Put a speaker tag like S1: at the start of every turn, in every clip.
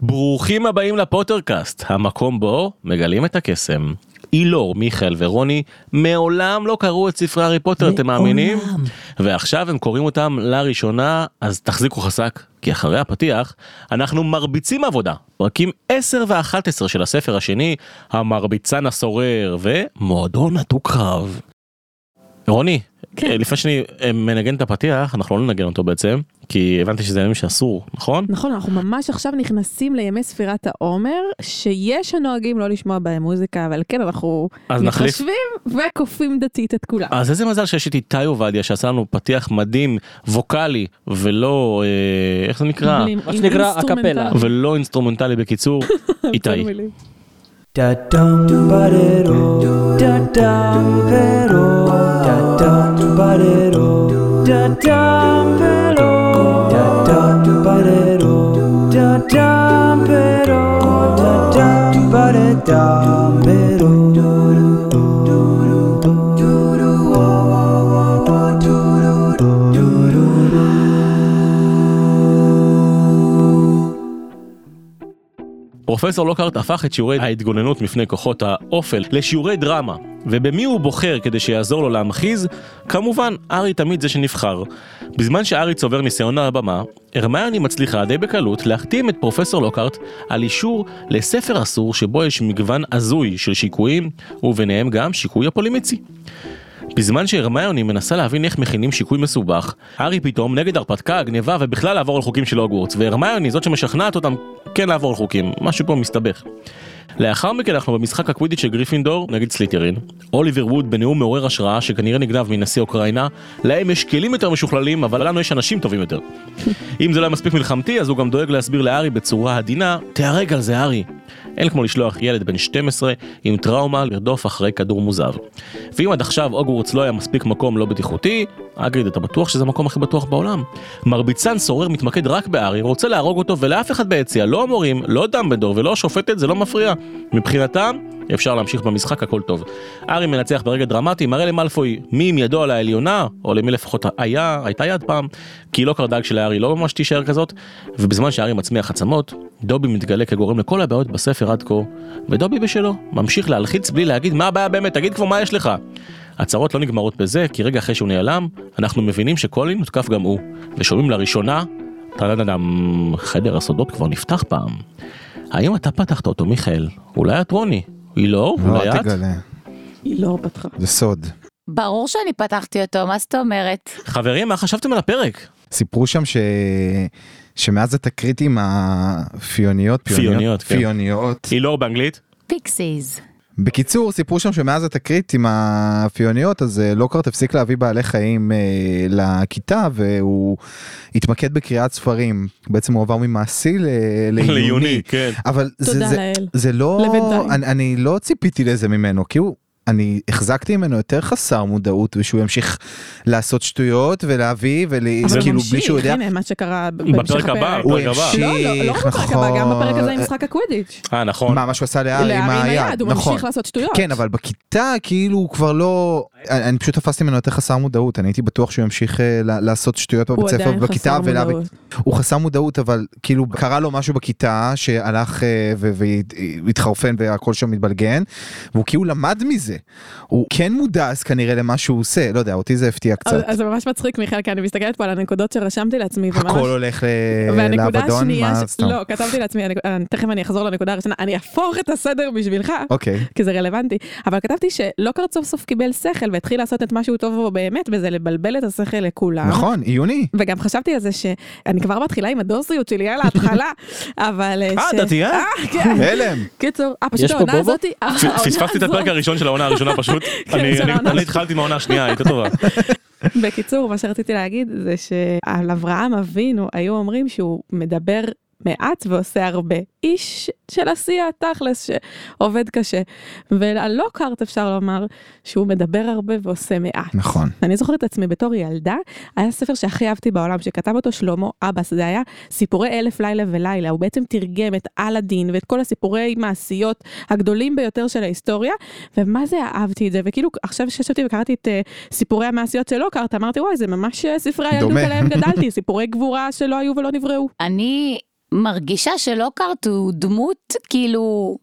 S1: ברוכים הבאים לפוטרקאסט, המקום בו מגלים את הקסם. אילור, מיכאל ורוני מעולם לא קראו את ספרי הארי פוטר, אתם מאמינים? ועכשיו הם קוראים אותם לראשונה, אז תחזיקו חזק, כי אחרי הפתיח אנחנו מרביצים עבודה. פרקים 10 ו-11 של הספר השני, המרביצן הסורר ומועדון הדו-קרב. רוני,
S2: כן.
S1: לפני שאני אה, מנגן את הפתיח, אנחנו לא ננגן אותו בעצם, כי הבנתי שזה ימים שאסור, נכון?
S2: נכון, אנחנו ממש עכשיו נכנסים לימי ספירת העומר, שיש הנוהגים לא לשמוע בהם מוזיקה, אבל כן, אנחנו
S1: אז נחליף. אה,
S2: מתחשבים וכופים דתית את כולם.
S1: אז איזה מזל שיש איתי איתי עובדיה שעשה לנו פתיח מדהים, ווקאלי, ולא, אה, איך זה נקרא?
S2: עם-
S3: מה
S2: עם
S3: שנקרא,
S2: אינסטרומנטל.
S3: הקפלה.
S1: ולא אינסטרומנטלי בקיצור, איתי.
S2: מילים.
S4: Da dum ba-de-do, da dum pero, da dum ba-de-do, da dum pero, da dum ba-de-do, da dum pero, da dum ba-de-dum pero.
S1: פרופסור לוקהרט הפך את שיעורי ההתגוננות מפני כוחות האופל לשיעורי דרמה, ובמי הוא בוחר כדי שיעזור לו להמחיז? כמובן, ארי תמיד זה שנבחר. בזמן שארי צובר ניסיון על הבמה, הרמיוני מצליחה די בקלות להחתים את פרופסור לוקהרט על אישור לספר אסור שבו יש מגוון הזוי של שיקויים, וביניהם גם שיקוי הפולימיצי. בזמן שהרמיוני מנסה להבין איך מכינים שיקוי מסובך, הארי פתאום נגד הרפתקה, גניבה ובכלל לעבור על חוקים של הוגוורטס, והרמיוני זאת שמשכנעת אותם כן לעבור על חוקים, משהו פה מסתבך. לאחר מכן אנחנו במשחק הקווידיץ' של גריפינדור נגד סליטרין. אוליבר ווד בנאום מעורר השראה שכנראה נגנב מנשיא אוקראינה, להם יש כלים יותר משוכללים, אבל לנו יש אנשים טובים יותר. אם זה לא היה מספיק מלחמתי, אז הוא גם דואג להסביר לארי בצורה עדינה, תיהרג על זה ארי. אין כמו לשלוח ילד בן 12 עם טראומה לרדוף אחרי כדור מוזב. ואם עד עכשיו הוגוורטס לא היה מספיק מקום לא בטיחותי, אגריד, אתה בטוח שזה המקום הכי בטוח בעולם? מרביצן סורר מתמקד רק בארי, רוצה להרוג אותו, ולאף אחד ביציע, לא המורים, לא דמבלדור ולא השופטת, זה לא מפריע. מבחינתם, אפשר להמשיך במשחק, הכל טוב. ארי מנצח ברגע דרמטי, מראה למלפוי מי עם ידו על העליונה, או למי לפחות היה, הייתה יד פעם, כי לא קרדג שלארי לא ממש תישאר כזאת, ובזמן שארי מצמיח עצמות, דובי מתגלה כגורם לכל הבעיות בספר עד כה, ודובי בשלו, ממשיך להלחיץ בלי להגיד מה הבעיה באמת, תגיד כבר מה יש לך. הצהרות לא נגמרות בזה, כי רגע אחרי שהוא נעלם, אנחנו מבינים שקולין הותקף גם הוא, ושומעים לראשונה, טה-דה-דם, חדר הסודות כבר נפתח פעם. האם אתה פתחת אותו, מיכאל? אולי את רוני? היא לא?
S5: לא,
S1: אולי
S5: אל
S1: את?
S5: תגלה,
S2: היא לא פתחה.
S5: זה סוד.
S6: ברור שאני פתחתי אותו, מה זאת אומרת?
S1: חברים, מה חשבתם על הפרק?
S5: סיפרו שם ש... שמאז התקרית עם הפיוניות,
S1: פיוניות, כן.
S5: פיוניות.
S1: אילור באנגלית?
S6: פיקסיז.
S5: בקיצור, סיפרו שם שמאז התקרית עם הפיוניות, אז אה, לוקהרט הפסיק להביא בעלי חיים אה, לכיתה, והוא התמקד בקריאת ספרים. בעצם הוא עבר ממעשי ל... לעיוני.
S1: כן.
S5: אבל זה,
S2: תודה
S5: זה,
S2: לאל.
S5: זה לא,
S2: לבינתיים.
S5: אני, אני לא ציפיתי לזה ממנו, כי הוא, אני החזקתי ממנו יותר חסר מודעות, ושהוא ימשיך לעשות שטויות ולהביא,
S2: אבל
S5: וכאילו בלי שהוא כאילו יודע, אה,
S2: ממשיך, הנה מה שקרה ב- בהמשך
S1: בפרק הבא,
S2: הפרק.
S5: הוא
S1: בפרק הבא.
S5: המשיך.
S2: לא,
S5: נכון.
S2: לא, לא רק בפרק הבא, גם בפרק הזה עם משחק הקווידיץ'.
S1: אה, נכון.
S5: מה, מה שהוא עשה לארי
S2: להרים
S5: עם היד,
S2: הוא
S5: נכון.
S2: ממשיך לעשות שטויות.
S5: כן, אבל בכיתה כאילו הוא כבר לא, אני, אני פשוט תפסתי ממנו יותר חסר מודעות, אני הייתי בטוח שהוא ימשיך אה, ל- לעשות שטויות
S2: הוא
S5: בבית ספר
S2: עדיין
S5: ובכיתה,
S2: חסר
S5: ולהביא-
S2: מודעות.
S5: הוא חסר מודעות, אבל כאילו קרה לו משהו בכיתה שהלך אה, ו- והתחרפן והכל שם התבלגן, והוא כאילו למד מזה. הוא כן מודע אז כנראה למה שהוא עושה, לא יודע, אותי זה הפתיע
S2: אז
S5: קצת.
S2: אז זה ממש מצחיק מיכאל, כי אני מסתכלת פה על הנקודות שרשמתי לעצמי. וממש-
S5: הכל הולך ל-
S2: והנקודה
S5: אה, לאבדון,
S2: השנייה,
S5: מה
S2: ש-
S5: סתם.
S2: לא, כתבתי לעצמי, הנק- אה, תכף אני אחזור לנקודה הראשונה, אני אהפוך את הסדר בשבילך,
S5: אוקיי,
S2: כי זה רלוונטי, אבל כתבתי שלוקארט סוף סוף קיבל שכל והתחיל לעשות את מה שהוא טוב בו באמת, וזה לבלבל את השכל לכולם.
S5: נכון, עיוני.
S2: וגם חשבתי על זה שאני כבר מתחילה עם הדוסיות שלי על ההתחלה, אבל... אה,
S1: אה,
S2: ש-
S1: דתייה?
S2: אה, כן.
S5: הלם.
S2: קיצור, אה, פשוט
S3: פה
S2: העונה
S3: בובות?
S2: הזאתי... אה,
S1: פ-
S2: העונה
S1: פספסתי את
S2: הזאת-
S1: הפרק הראשון של העונה הראשונה פשוט,
S2: כן,
S1: אני-
S2: של
S1: אני-
S2: העונה
S1: אני
S2: הש-
S1: התחלתי עם העונה השנייה, הייתה טובה.
S2: בקיצור, מה שרציתי להגיד זה שעל אברהם אבינו היו אומרים שהוא מדבר מעט ועושה הרבה. איש של עשייה, תכלס, שעובד קשה. ועל לוקהרט אפשר לומר שהוא מדבר הרבה ועושה מעט.
S5: נכון.
S2: אני זוכרת את עצמי בתור ילדה, היה ספר שהכי אהבתי בעולם, שכתב אותו שלמה אבס, זה היה סיפורי אלף לילה ולילה, הוא בעצם תרגם את אלאדין ואת כל הסיפורי מעשיות הגדולים ביותר של ההיסטוריה, ומה זה אהבתי את זה, וכאילו עכשיו שישבתי וקראתי את אה, סיפורי המעשיות שלא קראת, אמרתי וואי זה ממש אה, ספרי הילדות
S5: דומה."
S2: עליהם גדלתי, סיפורי גבורה שלא היו ולא נבראו.
S6: אני מרגישה שלוקארט הוא דמות כאילו...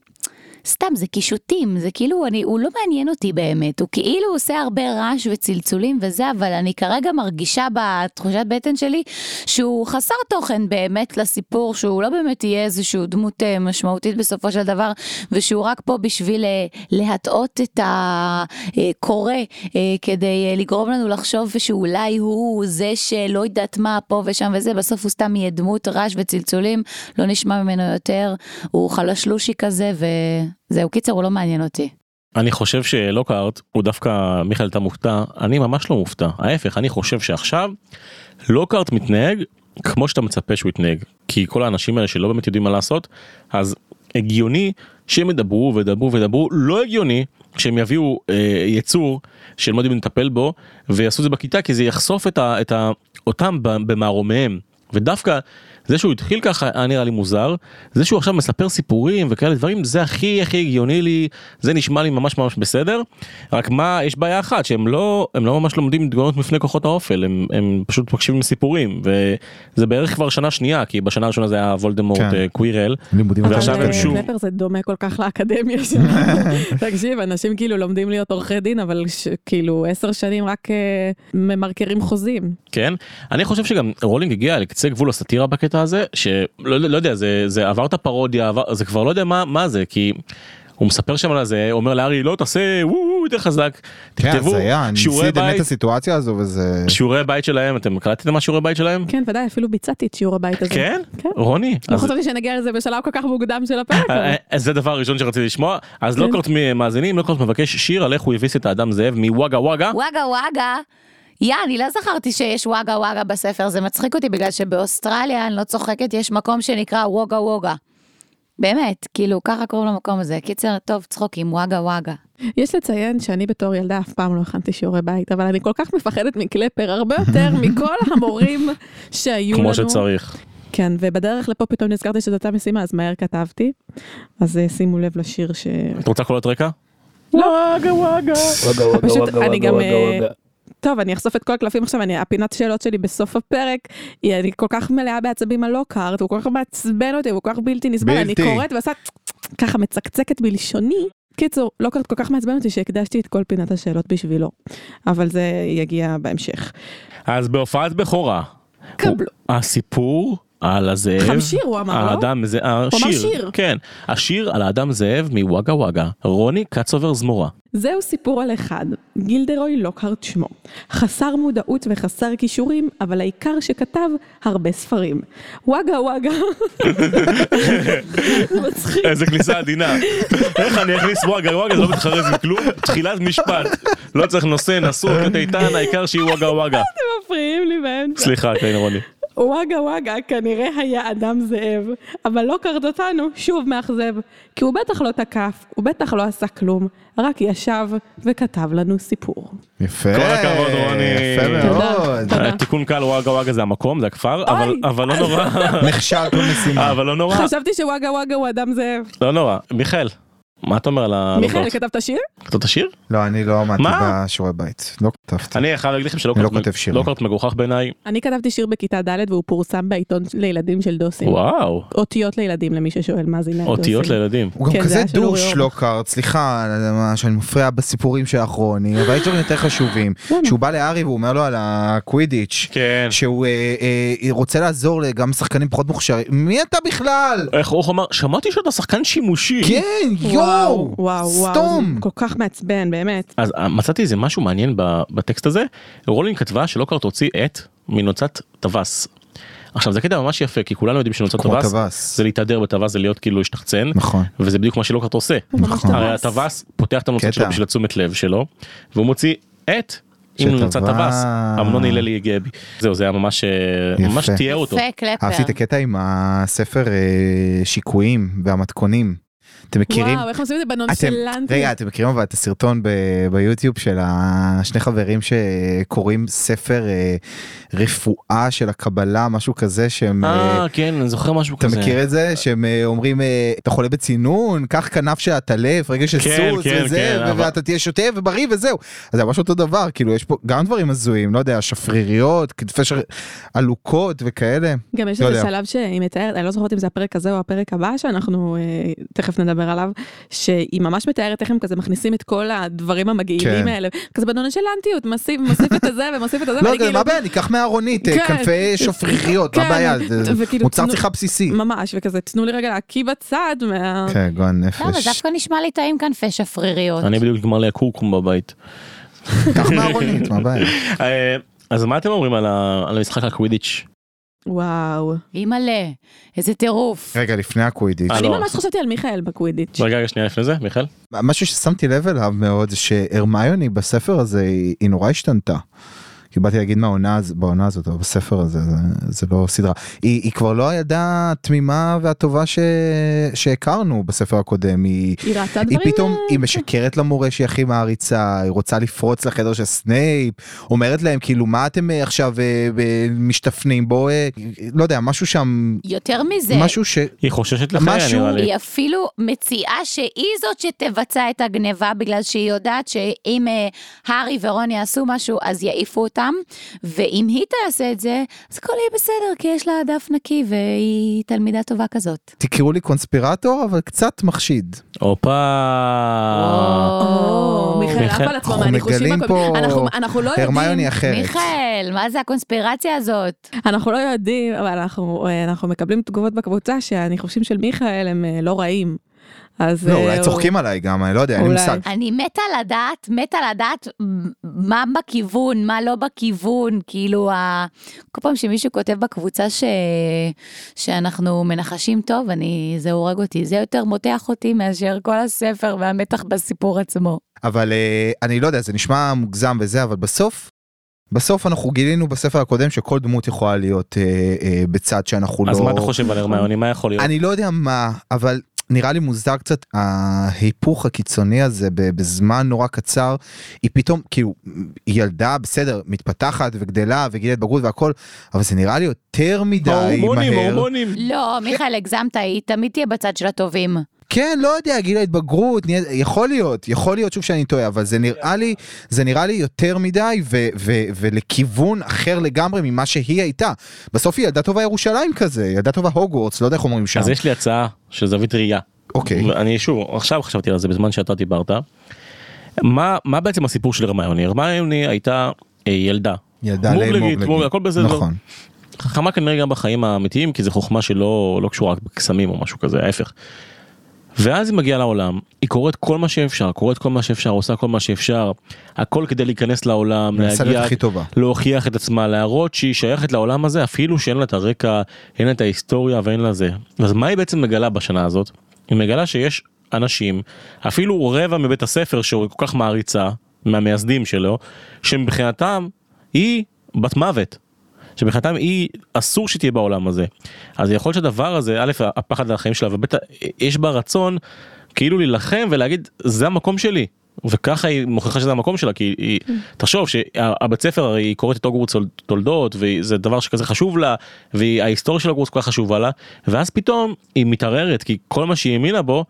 S6: סתם, זה קישוטים, זה כאילו, אני, הוא לא מעניין אותי באמת, הוא כאילו עושה הרבה רעש וצלצולים וזה, אבל אני כרגע מרגישה בתחושת בטן שלי שהוא חסר תוכן באמת לסיפור, שהוא לא באמת יהיה איזושהי דמות אה, משמעותית בסופו של דבר, ושהוא רק פה בשביל אה, להטעות את הקורא, אה, כדי אה, לגרום לנו לחשוב שאולי הוא זה שלא יודעת מה פה ושם וזה, בסוף הוא סתם יהיה דמות רעש וצלצולים, לא נשמע ממנו יותר, הוא חלשלושי כזה, וזהו, קיצר, הוא לא מעניין אותי.
S1: אני חושב שלוקהארט הוא דווקא מיכאל אתה מופתע אני ממש לא מופתע ההפך אני חושב שעכשיו לוקהארט מתנהג כמו שאתה מצפה שהוא יתנהג כי כל האנשים האלה שלא באמת יודעים מה לעשות אז הגיוני שהם ידברו וידברו וידברו לא הגיוני שהם יביאו אה, יצור שהם לא יודעים לטפל בו ויעשו את זה בכיתה כי זה יחשוף את, ה, את ה, אותם ב- במערומיהם ודווקא זה שהוא התחיל ככה היה נראה לי מוזר זה שהוא עכשיו מספר סיפורים וכאלה דברים זה הכי הכי הגיוני לי זה נשמע לי ממש ממש בסדר רק מה יש בעיה אחת שהם לא הם לא ממש לומדים התגוננות מפני כוחות האופל הם, הם פשוט מקשיבים לסיפורים וזה בערך כבר שנה שנייה כי בשנה הראשונה זה היה וולדמורט
S5: כן.
S1: כן. קווירל
S5: לימודים
S1: אבל ועכשיו הם
S5: יותר
S2: אבל,
S5: אקדמיים.
S1: שוב-
S2: קלפר זה דומה כל כך לאקדמיה שלנו. תקשיב, אנשים כאילו לומדים להיות עורכי דין, אבל ש- כאילו עשר שנים רק אה, ממרקרים חוזים.
S1: כן אני חושב שגם רולינג הגיע לקצה גבול הסאטירה בקטע הזה שלא לא יודע זה זה עבר את הפרודיה עבר, זה כבר לא יודע מה מה זה כי. הוא מספר שם על זה אומר לארי לא תעשה וואו יותר חזק
S5: כן,
S1: תכתבו
S5: זה היה, ניסיתי
S1: שיעורי
S5: באמת
S1: בית
S5: את הסיטואציה הזו וזה...
S1: שיעורי בית שלהם אתם קלטתם מה שיעורי בית שלהם
S2: כן, ודאי, אפילו ביצעתי את שיעור הבית הזה.
S1: כן
S2: כן.
S1: רוני
S2: לא
S1: אז-
S2: חשבתי שנגיע לזה בשלב כל כך מוקדם של הפרק. אבל-
S1: אה, אה, זה הדבר הראשון שרציתי לשמוע אז לא
S2: כן.
S1: לוקארט מאזינים לוקארט מבקש שיר על איך הוא הביס את האדם זאב מוואגה וואגה
S6: וואגה וואגה. יא, אני לא זכרתי שיש וואגה וואגה בספר, זה מצחיק אותי בגלל שבאוסטרליה, אני לא צוחקת, יש מקום שנקרא וואגה וואגה. באמת, כאילו, ככה קוראים למקום הזה. קיצר, טוב, צחוקים, וואגה וואגה.
S2: יש לציין שאני בתור ילדה אף פעם לא הכנתי שיעורי בית, אבל אני כל כך מפחדת מקלפר, הרבה יותר מכל המורים שהיו לנו.
S1: כמו שצריך
S2: כן, ובדרך לפה פתאום נזכרתי שזו הייתה משימה, אז מהר כתבתי. אז אה, שימו לב לשיר ש...
S1: את רוצה קולות רקע?
S4: Wugga, wugga,
S2: פשוט
S4: wugga,
S2: אני
S4: wugga,
S2: גם...
S4: wugga,
S2: אה,
S4: wugga.
S2: טוב, אני אחשוף את כל הקלפים עכשיו, אני, הפינת שאלות שלי בסוף הפרק, היא, אני כל כך מלאה בעצבים על לוקהארט, הוא כל כך מעצבן אותי, הוא כל כך בלתי נסבל, אני
S5: בלתי.
S2: קוראת ועושה ככה מצקצקת בלשוני. קיצור, לוקהארט כל כך מעצבן אותי שהקדשתי את כל פינת השאלות בשבילו, אבל זה יגיע בהמשך.
S1: אז בהופעת בכורה
S2: קבלו.
S1: הוא- הסיפור על הזאב
S2: חמשיר הוא אמר, לא?
S1: האדם זה
S2: אמר
S1: השיר
S2: שיר.
S1: כן השיר על האדם זאב מוואגה וואגה רוני קצובר זמורה
S2: זהו סיפור על אחד, גילדרוי לוקהרט שמו. חסר מודעות וחסר כישורים, אבל העיקר שכתב הרבה ספרים. וואגה וואגה. זה מצחיק.
S1: איזה כניסה עדינה איך אני אכניס וואגה וואגה זה לא מתחרז מכלום תחילת משפט לא צריך נושא נשוא קטע איתן העיקר שיהיה וואגה וואגה
S2: אתם מפריעים לי באמצע.
S1: סליחה כן רוני
S2: וואגה וואגה כנראה היה אדם זאב, אבל לא קרד אותנו שוב מאכזב, כי הוא בטח לא תקף, הוא בטח לא עשה כלום, רק ישב וכתב לנו סיפור.
S5: יפה.
S1: כל הכבוד, רוני.
S5: יפה
S2: תודה.
S5: מאוד.
S2: תודה.
S1: תיקון קל וואגה וואגה זה המקום זה הכפר אבל
S2: אוי.
S1: אבל לא נורא
S5: נכשלת במשימה.
S1: אבל לא נורא
S2: חשבתי שוואגה וואגה הוא אדם זאב.
S1: לא נורא מיכאל מה אתה אומר על ה...
S2: מיכאל, כן. כתב את השיר?
S1: כתבת שיר?
S5: לא, אני לא עמדתי
S1: מה?
S5: בשיעורי בית. לא כתבתי.
S1: אני חייב להגיד לכם
S5: אני לא כותב
S1: שלא
S5: שירים.
S1: קראת מגוחך בעיניי
S2: אני כתבתי שיר בכיתה ד' והוא פורסם בעיתון לילדים של דוסים.
S1: וואו
S2: אותיות לילדים למי ששואל מה זה עניין דוסים.
S1: אותיות לילדים
S5: הוא גם
S2: כן, זה
S5: כזה
S2: היה של אורי
S5: דוש
S2: אורבך.
S5: לוקארט, סליחה על מה שאני מפריע בסיפורים שלך רוני, אבל יש דברים יותר חשובים. שהוא בא לארי והוא אומר לו על הקווידיץ',
S1: כן
S5: שהוא אה, אה, רוצה לעזור גם לשחקנים פחות מוכשרים, מי אתה בכלל?
S1: איך אורך אמר שמעתי שאתה שחקן שימושי
S5: כן,
S2: וואו,
S5: יואו,
S2: וואו, וואו,
S5: סתום.
S2: זה כל כך מעצבן, באמת.
S1: אז אה, מצאתי איזה משהו מעניין ב- בטקסט הזה רולינג כתבה שלוקהרט הוציא עט מנוצת טווס. עכשיו זה קטע ממש יפה כי כולנו יודעים שנוצת
S5: כמו
S1: טווס
S5: טווס.
S1: זה להתהדר בטווס זה להיות כאילו השתחצן
S5: נכון.
S1: וזה בדיוק מה שלוקהרט עושה.
S2: הוא ממש
S5: נכון.
S1: הרי
S2: טווס.
S1: הטווס פותח את הנוצות
S5: קטע.
S1: שלו בשביל התשומת לב שלו והוא מוציא עט עם
S5: שטווס.
S1: נוצת טווס. אמנון הללי הגיע בי. זהו זה היה ממש אה,
S5: יפה.
S1: ממש תיאר אותו.
S2: כן.
S6: יפה, קלפר.
S5: אהבתי את הקטע עם הספר אה, שיקויים והמתכונים. אתם מכירים?
S2: וואו, איך עושים את זה
S5: אתם,
S2: בנונשלנטיות?
S5: רגע, אתם מכירים אבל את הסרטון ב, ביוטיוב של השני חברים שקוראים ספר אה, רפואה של הקבלה, משהו כזה שהם... אה,
S1: אה, כן, אני זוכר משהו
S5: אתה
S1: כזה.
S5: מכיר את זה? שהם אה, אומרים, אה, אתה חולה בצינון, קח כנף של עטלף, רגע של
S1: כן,
S5: סוס
S1: כן,
S5: וזה,
S1: כן,
S5: ו-
S1: אבל-
S5: ואתה תהיה שוטה ובריא וזהו. אז זה ממש אותו דבר, כאילו, יש פה גם דברים הזויים, לא יודע, שפריריות, כתפי שר... עלוקות וכאלה.
S2: גם יש
S5: לא
S2: איזה
S5: יודע.
S2: שלב שהיא מתארת, אני לא זוכרת אם זה הפרק הזה או הפרק הבא שאנחנו אה, תכף נדבר עליו, שהיא ממש מתארת איך הם כזה מכניסים את כל הדברים המגעילים
S5: כן.
S2: האלה, כזה בנונשלנטיות, מוסיף מוסיף את הזה ומוסיף את הזה,
S5: לא,
S2: ואני
S5: גם
S2: כאילו-
S5: מה הבעיה? ניקח מהארונית, אה,
S2: כן.
S5: כנפי שפריריות, מה
S2: כן,
S5: הבעיה? זה-
S2: וכאילו,
S5: מוצר
S2: תנו-
S5: צריכה בסיסי.
S2: ממש, וכזה, תנו לי רגע להקיא בצד מה...
S5: כן, גועל
S6: למה?
S5: נפש.
S6: לא, דווקא נשמע לי טעים כנפי שפריריות.
S1: אני בדיוק נגמר לי הקורקום בבית.
S5: קח מהארונית, מה הבעיה?
S1: אה, אז מה אתם אומרים על ה- על המשחק הקווידיץ'?
S2: וואו.
S6: אימא'לה, איזה טירוף.
S5: רגע, לפני הקווידיץ',
S1: אה,
S2: אני
S1: לא.
S2: ממש חשבתי על מיכאל בקווידיץ'.
S5: לא.
S1: רגע, רגע, שנייה לפני זה, מיכאל.
S5: משהו ששמתי לב אליו מאוד, זה שהרמיוני בספר הזה, היא היא נורא השתנתה. כי באתי להגיד מהעונה הז- בעונה הזאת, אבל בספר הזה, זה, זה לא סדרה. היא, היא כבר לא הילדה התמימה והטובה ש... שהכרנו בספר הקודם. היא,
S2: היא ראתה
S5: היא
S2: דברים...
S5: פתאום,
S2: אה,
S5: היא משקרת למורה שהיא הכי מעריצה, היא רוצה לפרוץ לחדר של סנייפ, אומרת להם כאילו, מה אתם אה, עכשיו אה, אה, משתפנים בו, אה, לא יודע, משהו שם,
S6: יותר מזה,
S5: משהו ש...
S1: היא חוששת לחייה
S5: משהו-
S1: נראה לי.
S6: היא אפילו מציעה שהיא זאת שתבצע את הגניבה, בגלל שהיא יודעת שאם אה, הארי ורון יעשו משהו, אז יעיפו אותם, ואם היא תעשה את זה, אז הכל יהיה בסדר, כי יש לה דף נקי, והיא תלמידה טובה כזאת.
S5: תקראו לי קונספירטור, אבל קצת מחשיד.
S2: לא
S1: אה. הופה.
S2: או, מיכאל עף
S1: מיכאל,
S2: על עצמו
S5: אנחנו
S2: מהניחושים
S5: מגלים
S2: הקודמים.
S5: פה
S2: אנחנו- אנחנו לא
S5: הרמיוני
S2: יודעים,
S5: אחרת.
S6: מיכאל, מה זה הקונספירציה הזאת?
S2: אנחנו לא יודעים, אבל אנחנו אה, אנחנו מקבלים תגובות בקבוצה שהניחושים של מיכאל הם אה, לא רעים. אז...
S5: לא,
S2: אה,
S5: אולי
S2: הוא-
S5: צוחקים עליי גם, אני לא יודע, אין לי
S2: אולי.
S5: מושג.
S6: אני מתה לדעת, מתה לדעת מה בכיוון, מה לא בכיוון, כאילו, ה... כל פעם שמישהו כותב בקבוצה ש... שאנחנו מנחשים טוב, אני... זה הורג אותי, זה יותר מותח אותי מאשר כל הספר והמתח בסיפור עצמו.
S5: אבל אה, אני לא יודע, זה נשמע מוגזם וזה, אבל בסוף, בסוף אנחנו גילינו בספר הקודם שכל דמות יכולה להיות אה, אה, בצד שאנחנו לא...
S1: אז מה אתה חושב על הרמיוני? מה יכול להיות?
S5: אני לא יודע מה, אבל נראה לי מוזר קצת ההיפוך הקיצוני הזה ב- בזמן נורא קצר. היא פתאום, כאילו, היא ילדה, בסדר, מתפתחת וגדלה וגילה בגרות והכל, אבל זה נראה לי יותר מדי מהר.
S1: ההורמונים, ההורמונים.
S6: לא, מיכאל, הגזמת, היא תמיד תהיה בצד של הטובים.
S5: כן, לא יודע, גיל ההתבגרות, נהיה- יכול להיות, יכול להיות שוב שאני טועה, אבל זה נראה לי, זה נראה לי יותר מדי ו- ו- ולכיוון אחר לגמרי ממה שהיא הייתה. בסוף היא ילדה טובה ירושלים כזה, ילדה טובה הוגוורטס, לא יודע איך אומרים שם.
S1: אז יש לי הצעה של זווית ראייה.
S5: אוקיי.
S1: אני שוב, עכשיו חשבתי על זה בזמן שאתה דיברת. מה מה בעצם הסיפור של הרמיוני? הרמיוני הייתה אה, ילדה.
S5: ילדה
S1: מובלגית,
S5: למובלגית.
S1: מובלגית, הכל בסדר.
S5: נכון.
S1: חכמה כנראה גם בחיים האמיתיים כי זו חוכמה שלא לא קשורה רק בקסמים או משהו כזה ההפך. ואז היא מגיעה לעולם היא קוראת כל מה שאפשר קוראת כל מה שאפשר עושה כל מה שאפשר הכל כדי להיכנס לעולם
S5: מנסה
S1: להגיע
S5: להיות הכי טובה.
S1: להוכיח את עצמה להראות שהיא שייכת לעולם הזה אפילו שאין לה את הרקע אין לה את ההיסטוריה ואין לה זה אז מה היא בעצם מגלה בשנה הזאת היא מגלה שיש אנשים אפילו רבע מבית הספר שהוא כל כך מעריצה מהמייסדים שלו שמבחינתם היא בת מוות. שמבחינתם היא אסור שתהיה בעולם הזה. אז יכול להיות שהדבר הזה, א', הפחד על החיים שלה, וב', יש בה רצון כאילו להילחם ולהגיד זה המקום שלי. וככה היא מוכיחה שזה המקום שלה כי היא תחשוב שהבית ספר הרי היא קוראת את הוגוורטס תול- תולדות וזה דבר שכזה חשוב לה וההיסטוריה של הוגוורטס כל כך חשובה לה ואז פתאום היא מתערערת כי כל מה שהיא האמינה בו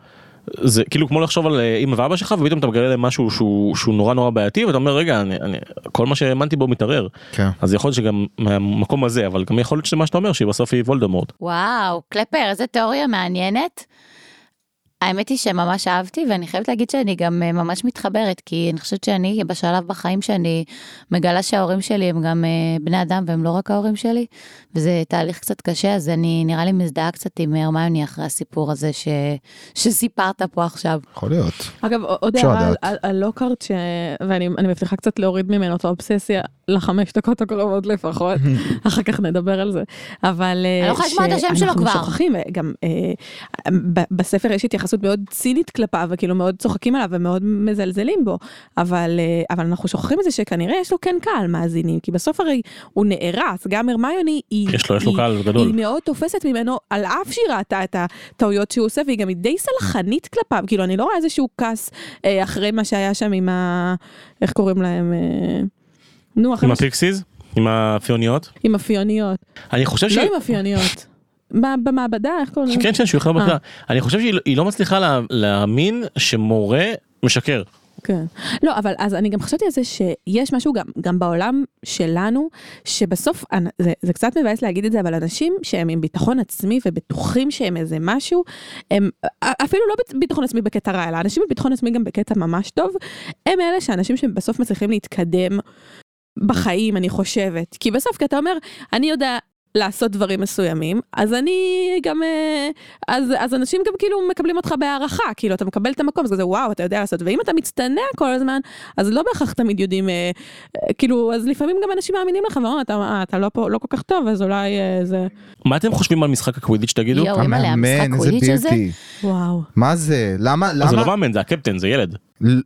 S1: זה כאילו כמו לחשוב על אה, אמא ואבא שלך ופתאום אתה מגלה להם משהו שהוא, שהוא נורא נורא בעייתי ואתה אומר רגע אני, אני, כל מה שהאמנתי בו מתערער
S5: כן.
S1: אז יכול להיות שגם מהמקום הזה אבל גם יכול להיות שמה שאתה אומר שהיא בסוף היא וולדמורט.
S6: וואו, קלפר, איזה תיאוריה מעניינת. האמת היא שממש אהבתי, ואני חייבת להגיד שאני גם אה, ממש מתחברת, כי אני חושבת שאני בשלב בחיים שאני מגלה שההורים שלי הם גם אה, בני אדם והם לא רק ההורים שלי, וזה תהליך קצת קשה, אז אני נראה לי מזדהה קצת עם הרמיוני אחרי הסיפור הזה ש... שסיפרת פה עכשיו.
S5: יכול להיות.
S2: אגב, עוד
S5: אפשר
S2: הערה על-
S5: לדעת.
S2: על- על לוקארט, ש- ואני אני מבטיחה קצת להוריד ממנו את האובססיה לחמש דקות הקרובות לפחות, אחר כך נדבר על זה. אבל... אה,
S6: אני לא יכולה לשמוע את השם שלו כבר.
S2: אנחנו שוכחים, אה, גם אה, ב- בספר יש התייחסות. התייחסות מאוד צינית כלפיו, וכאילו מאוד צוחקים עליו ומאוד מזלזלים בו, אבל, אה, אבל אנחנו שוכחים את זה שכנראה יש לו כן קהל מאזינים, כי בסוף הרי הוא נהרס, גם הרמיוני היא...
S1: יש לו, יש לו
S2: היא-
S1: קהל גדול.
S2: היא מאוד תופסת ממנו, על אף שהיא ראתה את הטעויות שהוא עושה, והיא גם היא די סלחנית כלפיו, כאילו, אני לא רואה איזשהו כעס אה, אחרי מה שהיה שם עם ה... איך קוראים להם? אה, נו, אחרי
S1: עם
S2: מה ש-
S1: הפיקסיז? עם הפיוניות?
S2: עם אפיוניות.
S1: אני חושב
S2: לא
S1: שהיא...
S2: עם אפיוניות. מה, במעבדה, איך קוראים להם?
S1: כן, כן, שהוא איחר בכלל. אני חושב שהיא לא- היא לא מצליחה לה- להאמין שמורה משקר.
S2: כן. לא, אבל אז אני גם חשבתי על זה שיש משהו גם, גם בעולם שלנו, שבסוף, אנ- זה, זה קצת מבאס להגיד את זה, אבל אנשים שהם עם ביטחון עצמי ובטוחים שהם איזה משהו, הם א- אפילו לא בט- ביטחון עצמי בקטע רע, אלא אנשים עם ביטחון עצמי גם בקטע ממש טוב, הם אלה שאנשים שבסוף מצליחים להתקדם בחיים, אני חושבת. כי בסוף, כי אתה אומר, אני יודע... לעשות דברים מסוימים, אז אני גם, אה, אז, אז אנשים גם כאילו מקבלים אותך בהערכה, כאילו אתה מקבל את המקום, אז כזה וואו, אתה יודע לעשות, ואם אתה מצטנע כל הזמן, אז לא בהכרח תמיד יודעים, אה, אה, כאילו, אז לפעמים גם אנשים מאמינים לך, ואומרים, אתה, אה, אתה לא, פה, לא כל כך טוב, אז אולי אה, זה, מה?
S1: מה אתם חושבים על משחק הקווידיץ' תגידו?
S6: יואו, אימא'לה, המשחק
S5: המאמן, איזה
S6: קווידיץ' הזה?
S5: ביוטי.
S2: וואו.
S5: מה זה? למה?
S1: אז זה לא
S5: למה?
S1: מאמן, זה הקפטן, זה ילד.
S5: ל-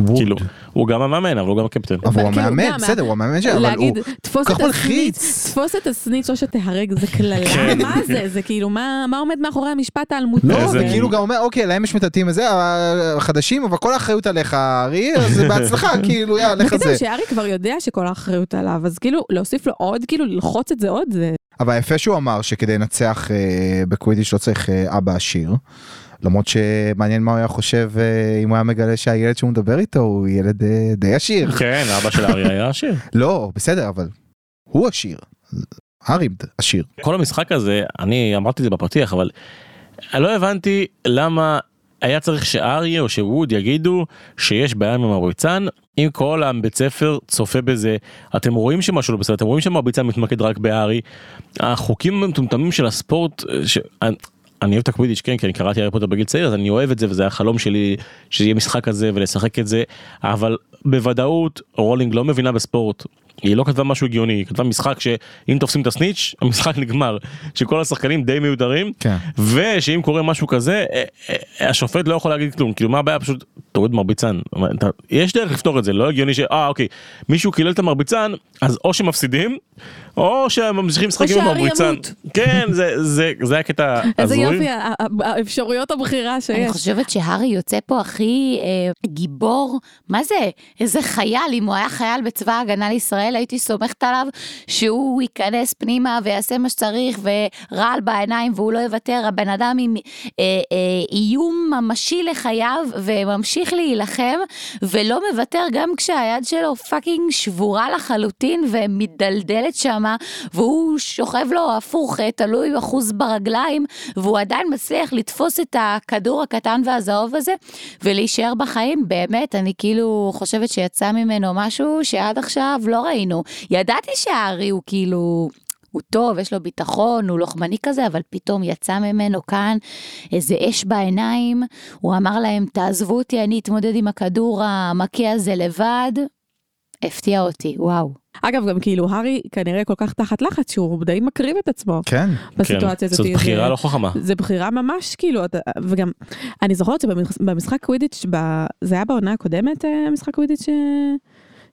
S5: ווד.
S1: כאילו, הוא גם המאמן, אבל הוא גם הקפטן.
S5: אבל הוא
S2: כאילו,
S5: המאמן,
S2: גם
S5: בסדר, הוא המאמן שלו, אבל הוא...
S2: להגיד, תפוס
S5: כל
S2: את
S5: כך
S2: הסניץ,
S5: מלחיץ."
S2: תפוס את הסניץ או שתהרג, זה קללה,
S1: כן.
S2: מה זה, זה כאילו, מה, מה עומד מאחורי המשפט האלמותי?
S5: לא,
S1: איזה-
S5: זה כאילו גם אומר, אוקיי, להם יש מטאטאים וזה, החדשים, אבל כל האחריות עליך, ארי, אז בהצלחה, כאילו, יאללה, לך
S2: בקטע
S5: זה.
S2: שארי כבר יודע שכל האחריות עליו, אז כאילו, להוסיף לו עוד, כאילו, ללחוץ את זה עוד, זה...
S5: אבל יפה שהוא אמר שכדי לנצח אה, בקווידיץ' לא צריך אה, אבא עשיר. למרות שמעניין מה הוא היה חושב אה, אם הוא היה מגלה שהילד שהוא מדבר איתו הוא ילד אה, די עשיר.
S1: כן, אבא של אריה היה עשיר.
S5: לא, בסדר, אבל הוא עשיר. ארי עשיר.
S1: כל המשחק הזה, אני אמרתי את זה בפתיח, אבל לא הבנתי למה היה צריך שאריה או שווד יגידו שיש בעיה עם המרביצן, אם כל הבית ספר צופה בזה, אתם רואים שמשהו לא בסדר, אתם רואים שהמרביצן מתמקד רק בארי, החוקים המטומטמים של הספורט, אה, ש... אני- אני אוהב את הקווידיץ' כן כי אני קראתי הארי פוטר בגיל צעיר אז אני אוהב את זה וזה החלום שלי שיהיה משחק כזה ולשחק את זה אבל בוודאות רולינג לא מבינה בספורט. היא לא כתבה משהו הגיוני היא כתבה משחק שאם תופסים את הסניץ' המשחק נגמר שכל השחקנים די מיותרים
S5: כן.
S1: ושאם קורה משהו כזה אה, אה, השופט לא יכול להגיד כלום כאילו מה הבעיה פשוט תוריד מרביצן אבל אתה- יש דרך לפתור את זה לא הגיוני שאה אוקיי מישהו קילל את המרביצן אז או שמפסידים או שממשיכים לשחק עם
S2: שהארי
S1: המרביצן
S2: ימות.
S1: כן זה זה זה היה קטע
S2: איזה
S1: הזוי.
S2: יופי, ה- ה- האפשרויות הבחירה
S6: אני
S2: שיש.
S6: חושבת שהארי יוצא פה הכי אה, גיבור, מה זה, איזה חייל, אם הוא היה חייל בצבא ההגנה לישראל, הייתי סומכת עליו שהוא ייכנס פנימה ויעשה מה שצריך, ורעל בעיניים והוא לא יוותר, הבן אדם עם אה, אה, איום ממשי לחייו, וממשיך להילחם, ולא מוותר גם כשהיד שלו פאקינג שבורה לחלוטין, ומידלדלת שמה, והוא שוכב לו הפוך, אה, תלוי אחוז ברגליים, והוא עדיין מצליח לתפוס את הכדור הקטן והזהוב הזה ולהישאר בחיים. באמת, אני כאילו חושבת שיצא ממנו משהו שעד עכשיו לא ראינו. ידעתי שהארי הוא כאילו... הוא טוב, יש לו ביטחון, הוא לוחמני כזה, אבל פתאום יצא ממנו כאן איזה אש בעיניים. הוא אמר להם, תעזבו אותי, אני אתמודד עם הכדור המכה הזה לבד. הפתיע אותי, וואו.
S2: אגב, גם כאילו, הארי כנראה כל כך תחת לחץ שהוא די מקריב את עצמו
S5: כן.
S2: בסיטואציה
S1: כן,
S2: הזאת. אה,
S1: זאת בחירה
S2: זה-
S1: לא חכמה.
S2: זה בחירה ממש כאילו, אתה- וגם, אני זוכרת שבמשחק קווידיץ', ב- זה היה בעונה הקודמת, אה, משחק קווידיץ' ש-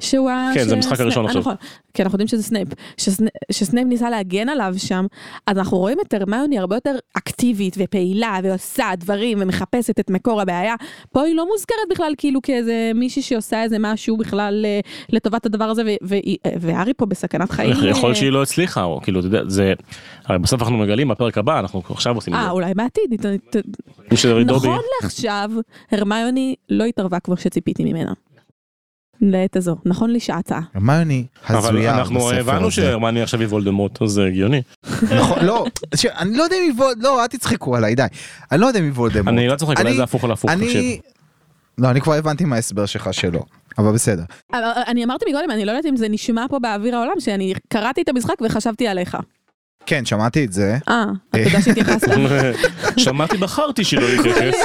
S2: שהוא ה...
S1: כן, זה
S2: ש-
S1: המשחק הראשון
S2: סנייפ- אה,
S1: עכשיו.
S2: נכון, כי אנחנו יודעים שזה סנייפ, שסני- שסנייפ ניסה להגן עליו שם, אז אנחנו רואים את הרמיוני הרבה יותר אקטיבית ופעילה ועושה דברים ומחפשת את מקור הבעיה. פה היא לא מוזכרת בכלל כאילו כאיזה מישהי שעושה איזה משהו בכלל אה, לטובת הדבר הזה, ו- והיא- אה, והארי פה בסכנת חיים.
S1: יכול
S2: אה,
S1: שהיא לא הצליחה או כאילו אתה יודע זה הרי בסוף אנחנו מגלים בפרק הבא אנחנו עכשיו עושים את
S2: אה, אולי בעתיד, היא ת- ת-
S1: זה. של דובי.
S2: נכון לעכשיו, הרמיוני לא התערבה כמו שציפיתי ממנה. לעת הזו, נכון לשעתה.
S5: הרמיוני
S1: אבל
S5: הזויה
S1: אנחנו
S5: בספר
S1: הבנו
S5: הזה.
S1: שהרמניה עכשיו היא וולדמורט אז זה הגיוני.
S5: נכון, לא, ש- אני לא יודע אם היא וולד, לא, אל תצחקו עליי, די. אני לא יודע אם היא וולדמורט.
S1: אני לא צוחק אולי
S5: אני-
S1: זה הפוך על הפוך. תקשיב.
S5: אני... לא, אני כבר הבנתי מההסבר שלך שלא, אבל בסדר.
S2: אבל אני אמרתי מקודם, אני לא יודעת אם זה נשמע פה באוויר העולם, שאני קראתי את המשחק וחשבתי עליך.
S5: כן, שמעתי את זה.
S2: אה, אז תודה שהתייחסת.
S1: שמעתי בחרתי שלא להתייחס.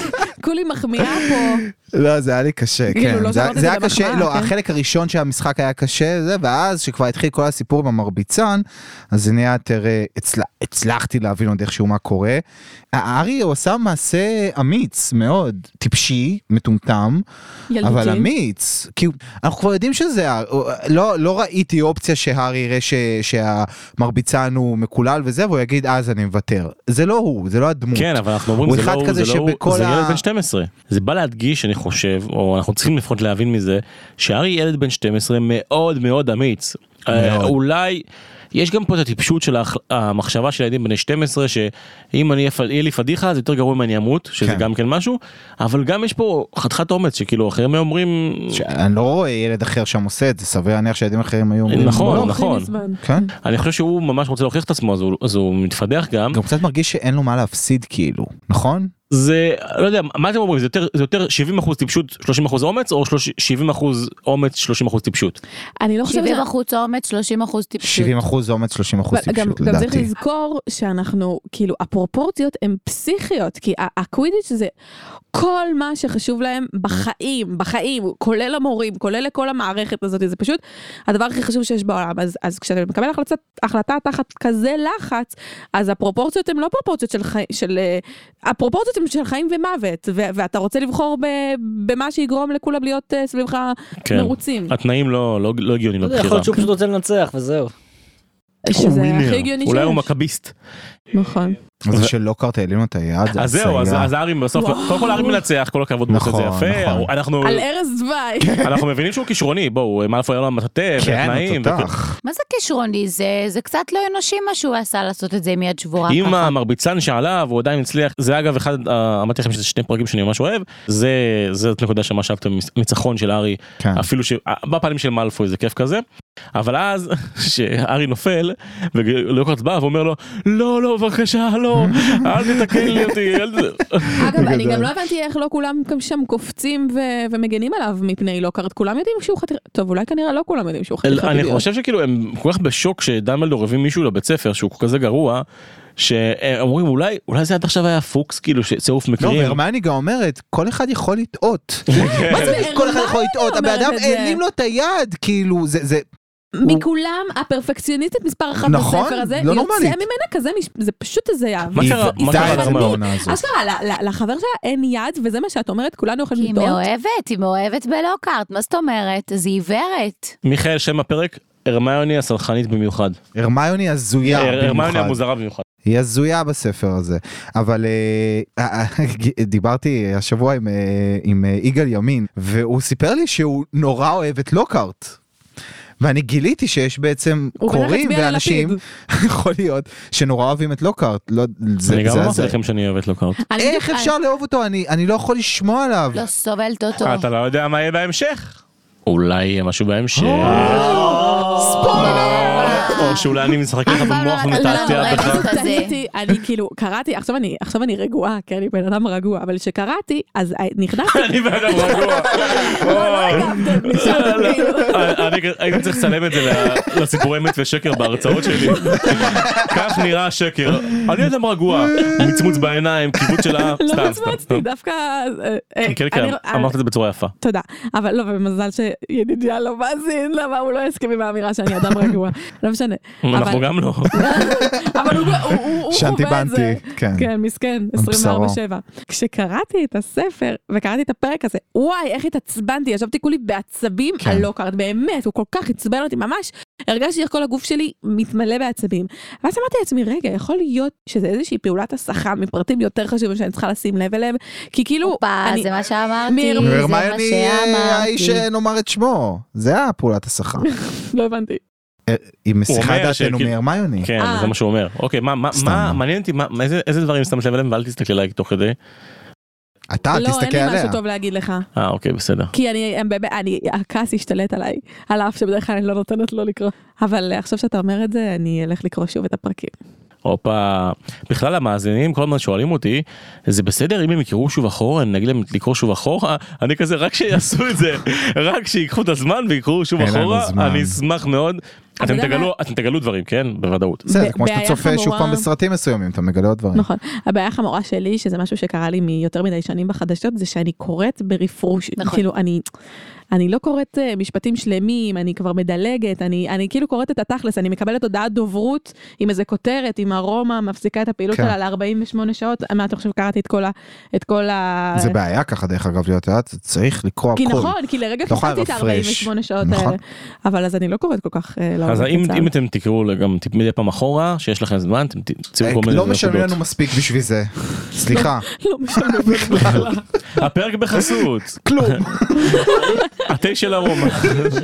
S2: כולי מחמיאה פה.
S5: לא, זה היה לי קשה,
S2: כאילו,
S5: כן.
S2: לא
S5: זה-
S2: שמעת את
S5: זה
S2: זה
S5: היה קשה,
S2: במחמאה,
S5: לא,
S2: כן?
S5: החלק הראשון של המשחק היה קשה, זה, ואז שכבר התחיל כל הסיפור עם המרביצן, אז זה נהיה יותר, אה, הצל- הצלחתי להבין עוד איכשהו מה קורה. הארי הוא עשה מעשה אמיץ מאוד, טיפשי, מטומטם,
S2: ילדותי.
S5: אבל אמיץ, כי הוא- אנחנו כבר יודעים שזה, ה- הוא- לא, לא ראיתי אופציה שהארי יראה ש, שהמרביצן הוא מקולל וזה, והוא יגיד אז אני מוותר. זה לא הוא, זה לא הדמות.
S1: כן, אבל אנחנו אומרים,
S5: הוא
S1: זה לא
S5: אחד
S1: הוא,
S5: כזה
S1: זה לא הוא,
S5: שבכל
S1: זה ילד
S5: ה-
S1: בן 12. זה בא להדגיש, אני חושב, או אנחנו צריכים לפחות להבין מזה, שהארי ילד בן 12 מאוד מאוד אמיץ. אה,
S5: מאוד.
S1: אולי, יש גם פה את הטיפשות של ההח- המחשבה של ילדים בני 12, שאם אני אפ- יהיה לי פדיחה זה יותר גרוע אם אני אמות, שזה
S5: כן.
S1: גם כן משהו, אבל גם יש פה חתיכת אומץ, שכאילו אחרים אומרים,
S5: ש... אני לא רואה ילד אחר שם עושה את זה, סביר להניח שילדים אחרים היו אומרים.
S1: נכון,
S5: "לא".
S1: נכון.
S2: מזמן.
S5: כן.
S1: אני חושב שהוא ממש רוצה להוכיח את עצמו, אז הוא- אז הוא מתפדח גם.
S5: גם קצת מרגיש שאין לו מה להפסיד כאילו, נכון?
S1: זה לא יודע מה אתם אומרים זה יותר זה יותר 70 אחוז טיפשות 30 אחוז אומץ או 70 אחוז אומץ 30 אחוז טיפשות.
S2: אני לא חושבת...
S6: 70 אחוז אומץ, 30 אחוז טיפשות.
S5: 70 אחוז אומץ, 30 אחוז
S2: אבל גם,
S5: טיפשות
S2: גם צריך
S5: לדעתי.
S2: לזכור שאנחנו, כאילו, הפרופורציות הן פסיכיות, כי ה- הקווידיץ' זה כל מה שחשוב להם בחיים, בחיים, כולל המורים, כולל לכל המערכת הזאת, זה פשוט הדבר הכי חשוב שיש בעולם. אז, אז כשאתה מקבל החלטה, החלטה תחת כזה לחץ, אז הפרופורציות הן לא פרופורציות של חיים, של, אה, הפרופורציות הן של חיים ומוות, ו- ואתה רוצה לבחור ב- במה שיגרום לכולם להיות אה, סביבך
S1: כן.
S2: מרוצים.
S1: התנאים לא לא לא הגיוניים
S3: אתה יודע, יכול
S1: לבחירה.
S3: להיות שהוא פשוט רוצה לנצח וזהו.
S2: שזה
S1: הוא ווינר.
S2: הכי הגיוני
S1: אולי הוא
S2: שיש.
S1: מכביסט.
S2: נכון.
S5: אז
S1: ו-
S5: זה שלוקארט העלים לו את היד,
S1: אז זהו אז-
S5: הזיה.
S1: אז הארי בסוף
S2: וואו.
S1: קודם כל הארי מנצח כל הכבוד הוא עושה את זה
S5: נכון, נכון.
S1: יפה אנחנו
S2: על ערש דווי.
S1: אנחנו מבינים שהוא כישרוני בואו מאלפה היה לו מטאטא
S5: כן,
S1: והתנאים. וכל-
S5: התותח.
S6: מה זה כישרוני? זה, זה קצת לא אנושי מה שהוא עשה לעשות את זה עם יד שבורה.
S1: עם
S6: ככה.
S1: המרביצן שעליו הוא עדיין הצליח זה אגב אחד ה- אמרתי לכם שזה שני פרקים שאני ממש אוהב זה זאת נקודה שממש אהבתם ניצחון של הארי
S5: כן.
S1: אפילו שבפנים של מאלפוי זה כיף כזה. אבל אז שהארי נופל ולוקארט בא ואומר לו לא לא בבקשה לא אל תתקן לי אותי. אל ת-"
S2: אגב, אני
S5: בגדול.
S2: גם לא הבנתי איך לא כולם גם שם קופצים ו- ומגנים עליו מפני לוקארט. כולם יודעים שהוא חתיך... טוב, אולי כנראה לא כולם יודעים שהוא חתיך...
S1: אני חושב שכאילו הם כל כך בשוק שדמבלדור הביא מישהו לבית ספר שהוא כזה גרוע. שאומרים אולי אולי זה עד עכשיו היה פוקס כאילו שצירוף
S5: לא,
S1: מקרים.
S5: והרמני גם אומרת, כל אחד יכול לטעות.
S2: מה זה,
S5: כל אחד יכול לטעות, הבן
S2: אומרת
S5: אדם
S2: את זה?
S5: העלים לו את היד, כאילו, זה, זה,
S2: מכולם, הפרפקציוניסטית מספר אחת
S5: נכון,
S2: בספר הזה,
S5: לא
S2: יוצא
S5: נורמלית.
S2: ממנה כזה, מש- זה פשוט הזיה.
S1: מה קרה? מה
S5: די
S1: קרה
S5: כבר
S1: לרמני?
S5: בעונה הזאת.
S2: אשכרה, ל- ל- לחבר שלה אין יד, וזה מה שאת אומרת, כולנו
S6: כי
S2: יכולים
S6: היא
S2: לטעות.
S6: מאוהבת, היא מאוהבת בלוקארט, מה זאת אומרת? אז היא עיוורת.
S1: מיכאל שם הפרק הרמיוני הסלחנית במיוחד.
S5: הרמיוני הזויה
S1: הר- אה, הרמיוני
S5: במיוחד.
S1: המוזרה במיוחד.
S5: היא הזויה בספר הזה. אבל אה, אה, אה, דיברתי השבוע עם, אה, עם אה, יגאל ימין, והוא סיפר לי שהוא נורא אוהב את לוקארט. ואני גיליתי שיש בעצם
S2: הוא בטח
S5: קוראים
S2: הצביע
S5: ואנשים,
S2: ללפיד.
S5: יכול להיות, שנורא אוהבים את לוקארט. לא, זה,
S1: אני גם
S5: זה
S1: אמרתי
S5: הזיה.
S1: לכם שאני אוהב את לוקארט.
S2: אני
S5: איך
S2: בדיוק-
S5: אפשר לאהוב אותו? אני, אני לא יכול לשמוע עליו.
S6: לא סובלת אותו.
S1: אתה לא יודע מה יהיה בהמשך. אה, אולי יהיה משהו בהמשך.
S6: אה,
S1: או שאולי אני משחק לך
S6: אף פעם לא
S1: במוח
S6: נתת
S1: ומתעתע
S6: לנו
S1: בך.
S6: רמז.
S2: פשוט
S6: כזה.
S2: תהיתי, אני כאילו קראתי, עכשיו אני עכשיו אני רגועה, כי אני בן אדם רגוע, אבל כשקראתי, אז אה, נכנסתי
S1: אני בן אדם רגוע.
S2: הגבתם, נשארתם כאילו.
S1: אה, אני הייתי צריך לצלם את זה ל- לסיפורי אמת ושקר בהרצאות שלי. כך נראה השקר. אני אדם רגוע. מצמוץ בעיניים, כיבוד של האף,
S2: לא
S1: סתם, סתם.
S2: מצמצתי, דווקא... אה, אה,
S1: כן, כן,
S2: אני-
S1: אמרת את זה בצורה יפה.
S2: תודה, אבל לא, ומזל שידידיה לא מאזין, למה הוא לא יסכים עם האמירה שאני אדם רגוע, לא משנה.
S1: אנחנו
S2: אבל-
S1: גם לא.
S2: אבל הוא- הוא- הוא הוא
S5: שנתי
S2: חווה את זה.
S5: בנטי, כן.
S2: כן, מסכן,
S5: על בשרו.
S2: 24-7. כשקראתי את הספר וקראתי את הפרק הזה, וואי, איך התעצבנתי, ישבתי כולי בעצבים
S5: כן.
S2: על לוקארט, באמת, הוא כל כך עצבן אותי, ממש הרגשתי איך כל הגוף שלי מתמלא בעצבים. ואז אמרתי לעצמי, רגע, יכול להיות שזה איזושהי פעולת הסחה מפרטים יותר חשובים שאני צריכה לשים לב אליהם, כי כאילו,
S6: הופה,
S2: אני...
S6: זה מה שאמרתי,
S2: מיר-
S6: זה מה
S5: והרמיוני אה, האיש
S6: שאמרתי.
S5: שנאמר את שמו. זה הפעולת השכר.
S2: לא הבנתי.
S5: היא מסיחה
S1: אומר
S5: דעתנו
S1: שכאילו-
S5: מהרמיוני.
S1: כן,
S2: אה.
S1: זה מה שהוא אומר. אוקיי, מה, מה,
S5: סתם.
S1: מה, מעניין אותי, מה- איזה- איזה דברים שמת לב אליהם ואל תסתכלי עליי תוך כדי.
S5: אתה,
S2: לא,
S5: אה, תסתכל
S2: אין לי
S5: עליה.
S2: משהו טוב להגיד לך.
S1: אה, אוקיי, בסדר.
S2: כי אני, הם באמת, אני, הכעס השתלט עליי, על אף שבדרך כלל אני לא נותנת לו לקרוא. אבל אה, עכשיו שאתה אומר את זה, אני אלך לקרוא שוב את הפרקים.
S1: הופה. בכלל המאזינים כל הזמן שואלים אותי, זה בסדר אם הם יקראו שוב אחורה, אני אגיד להם לקרוא שוב אחורה? אני כזה, רק שיעשו את זה, רק שיקחו את הזמן ויקראו שוב
S5: אין לנו
S1: אחורה,
S5: זמן.
S1: אני אשמח מאוד.
S2: אתה
S1: אתם
S2: יודע מה?
S1: תגלו, אתם תגלו דברים, כן? בוודאות.
S5: בסדר,
S2: ב-
S5: זה כמו שאתה
S2: בעיה
S5: צופה שוב
S2: חמורה.
S5: פעם בסרטים מסוימים, אתה מגלה עוד דברים.
S2: נכון. הבעיה החמורה שלי, שזה משהו שקרה לי מיותר מדי שנים בחדשות, זה שאני קוראת ברפרוש.
S6: נכון.
S2: כאילו, אני... אני לא קוראת אה, משפטים שלמים, אני כבר מדלגת, אני, אני כאילו קוראת את התכלס, אני מקבלת הודעת דוברות עם איזה כותרת, עם ארומה, מפסיקה את הפעילות
S5: כן.
S2: שלה ל-48 שעות, מה אתה חושב, קראתי את כל ה... את כל ה...
S5: זה בעיה ככה דרך אגב להיות, את יודעת, צריך לקרוא
S2: נכון. כי
S5: הכל.
S2: נכון, כי לרגע
S5: לא יכולה
S2: פספסתי את
S5: לפרש.
S2: ה-48 שעות
S5: נכון.
S2: האלה. אבל אז אני לא קוראת כל כך אה, לעומק
S1: אז
S2: את
S1: אם,
S2: צה"ל.
S1: אם אתם תקראו גם טיפ- מדי פעם אחורה, שיש לכם זמן, אתם תמצאו כל מיני
S5: לא משלמים
S1: נקודות.
S5: לנו מספיק בשביל זה, סליחה.
S2: לא משנה.
S1: הפרק בחסות. כלום.
S5: לא
S1: התה של ארומה.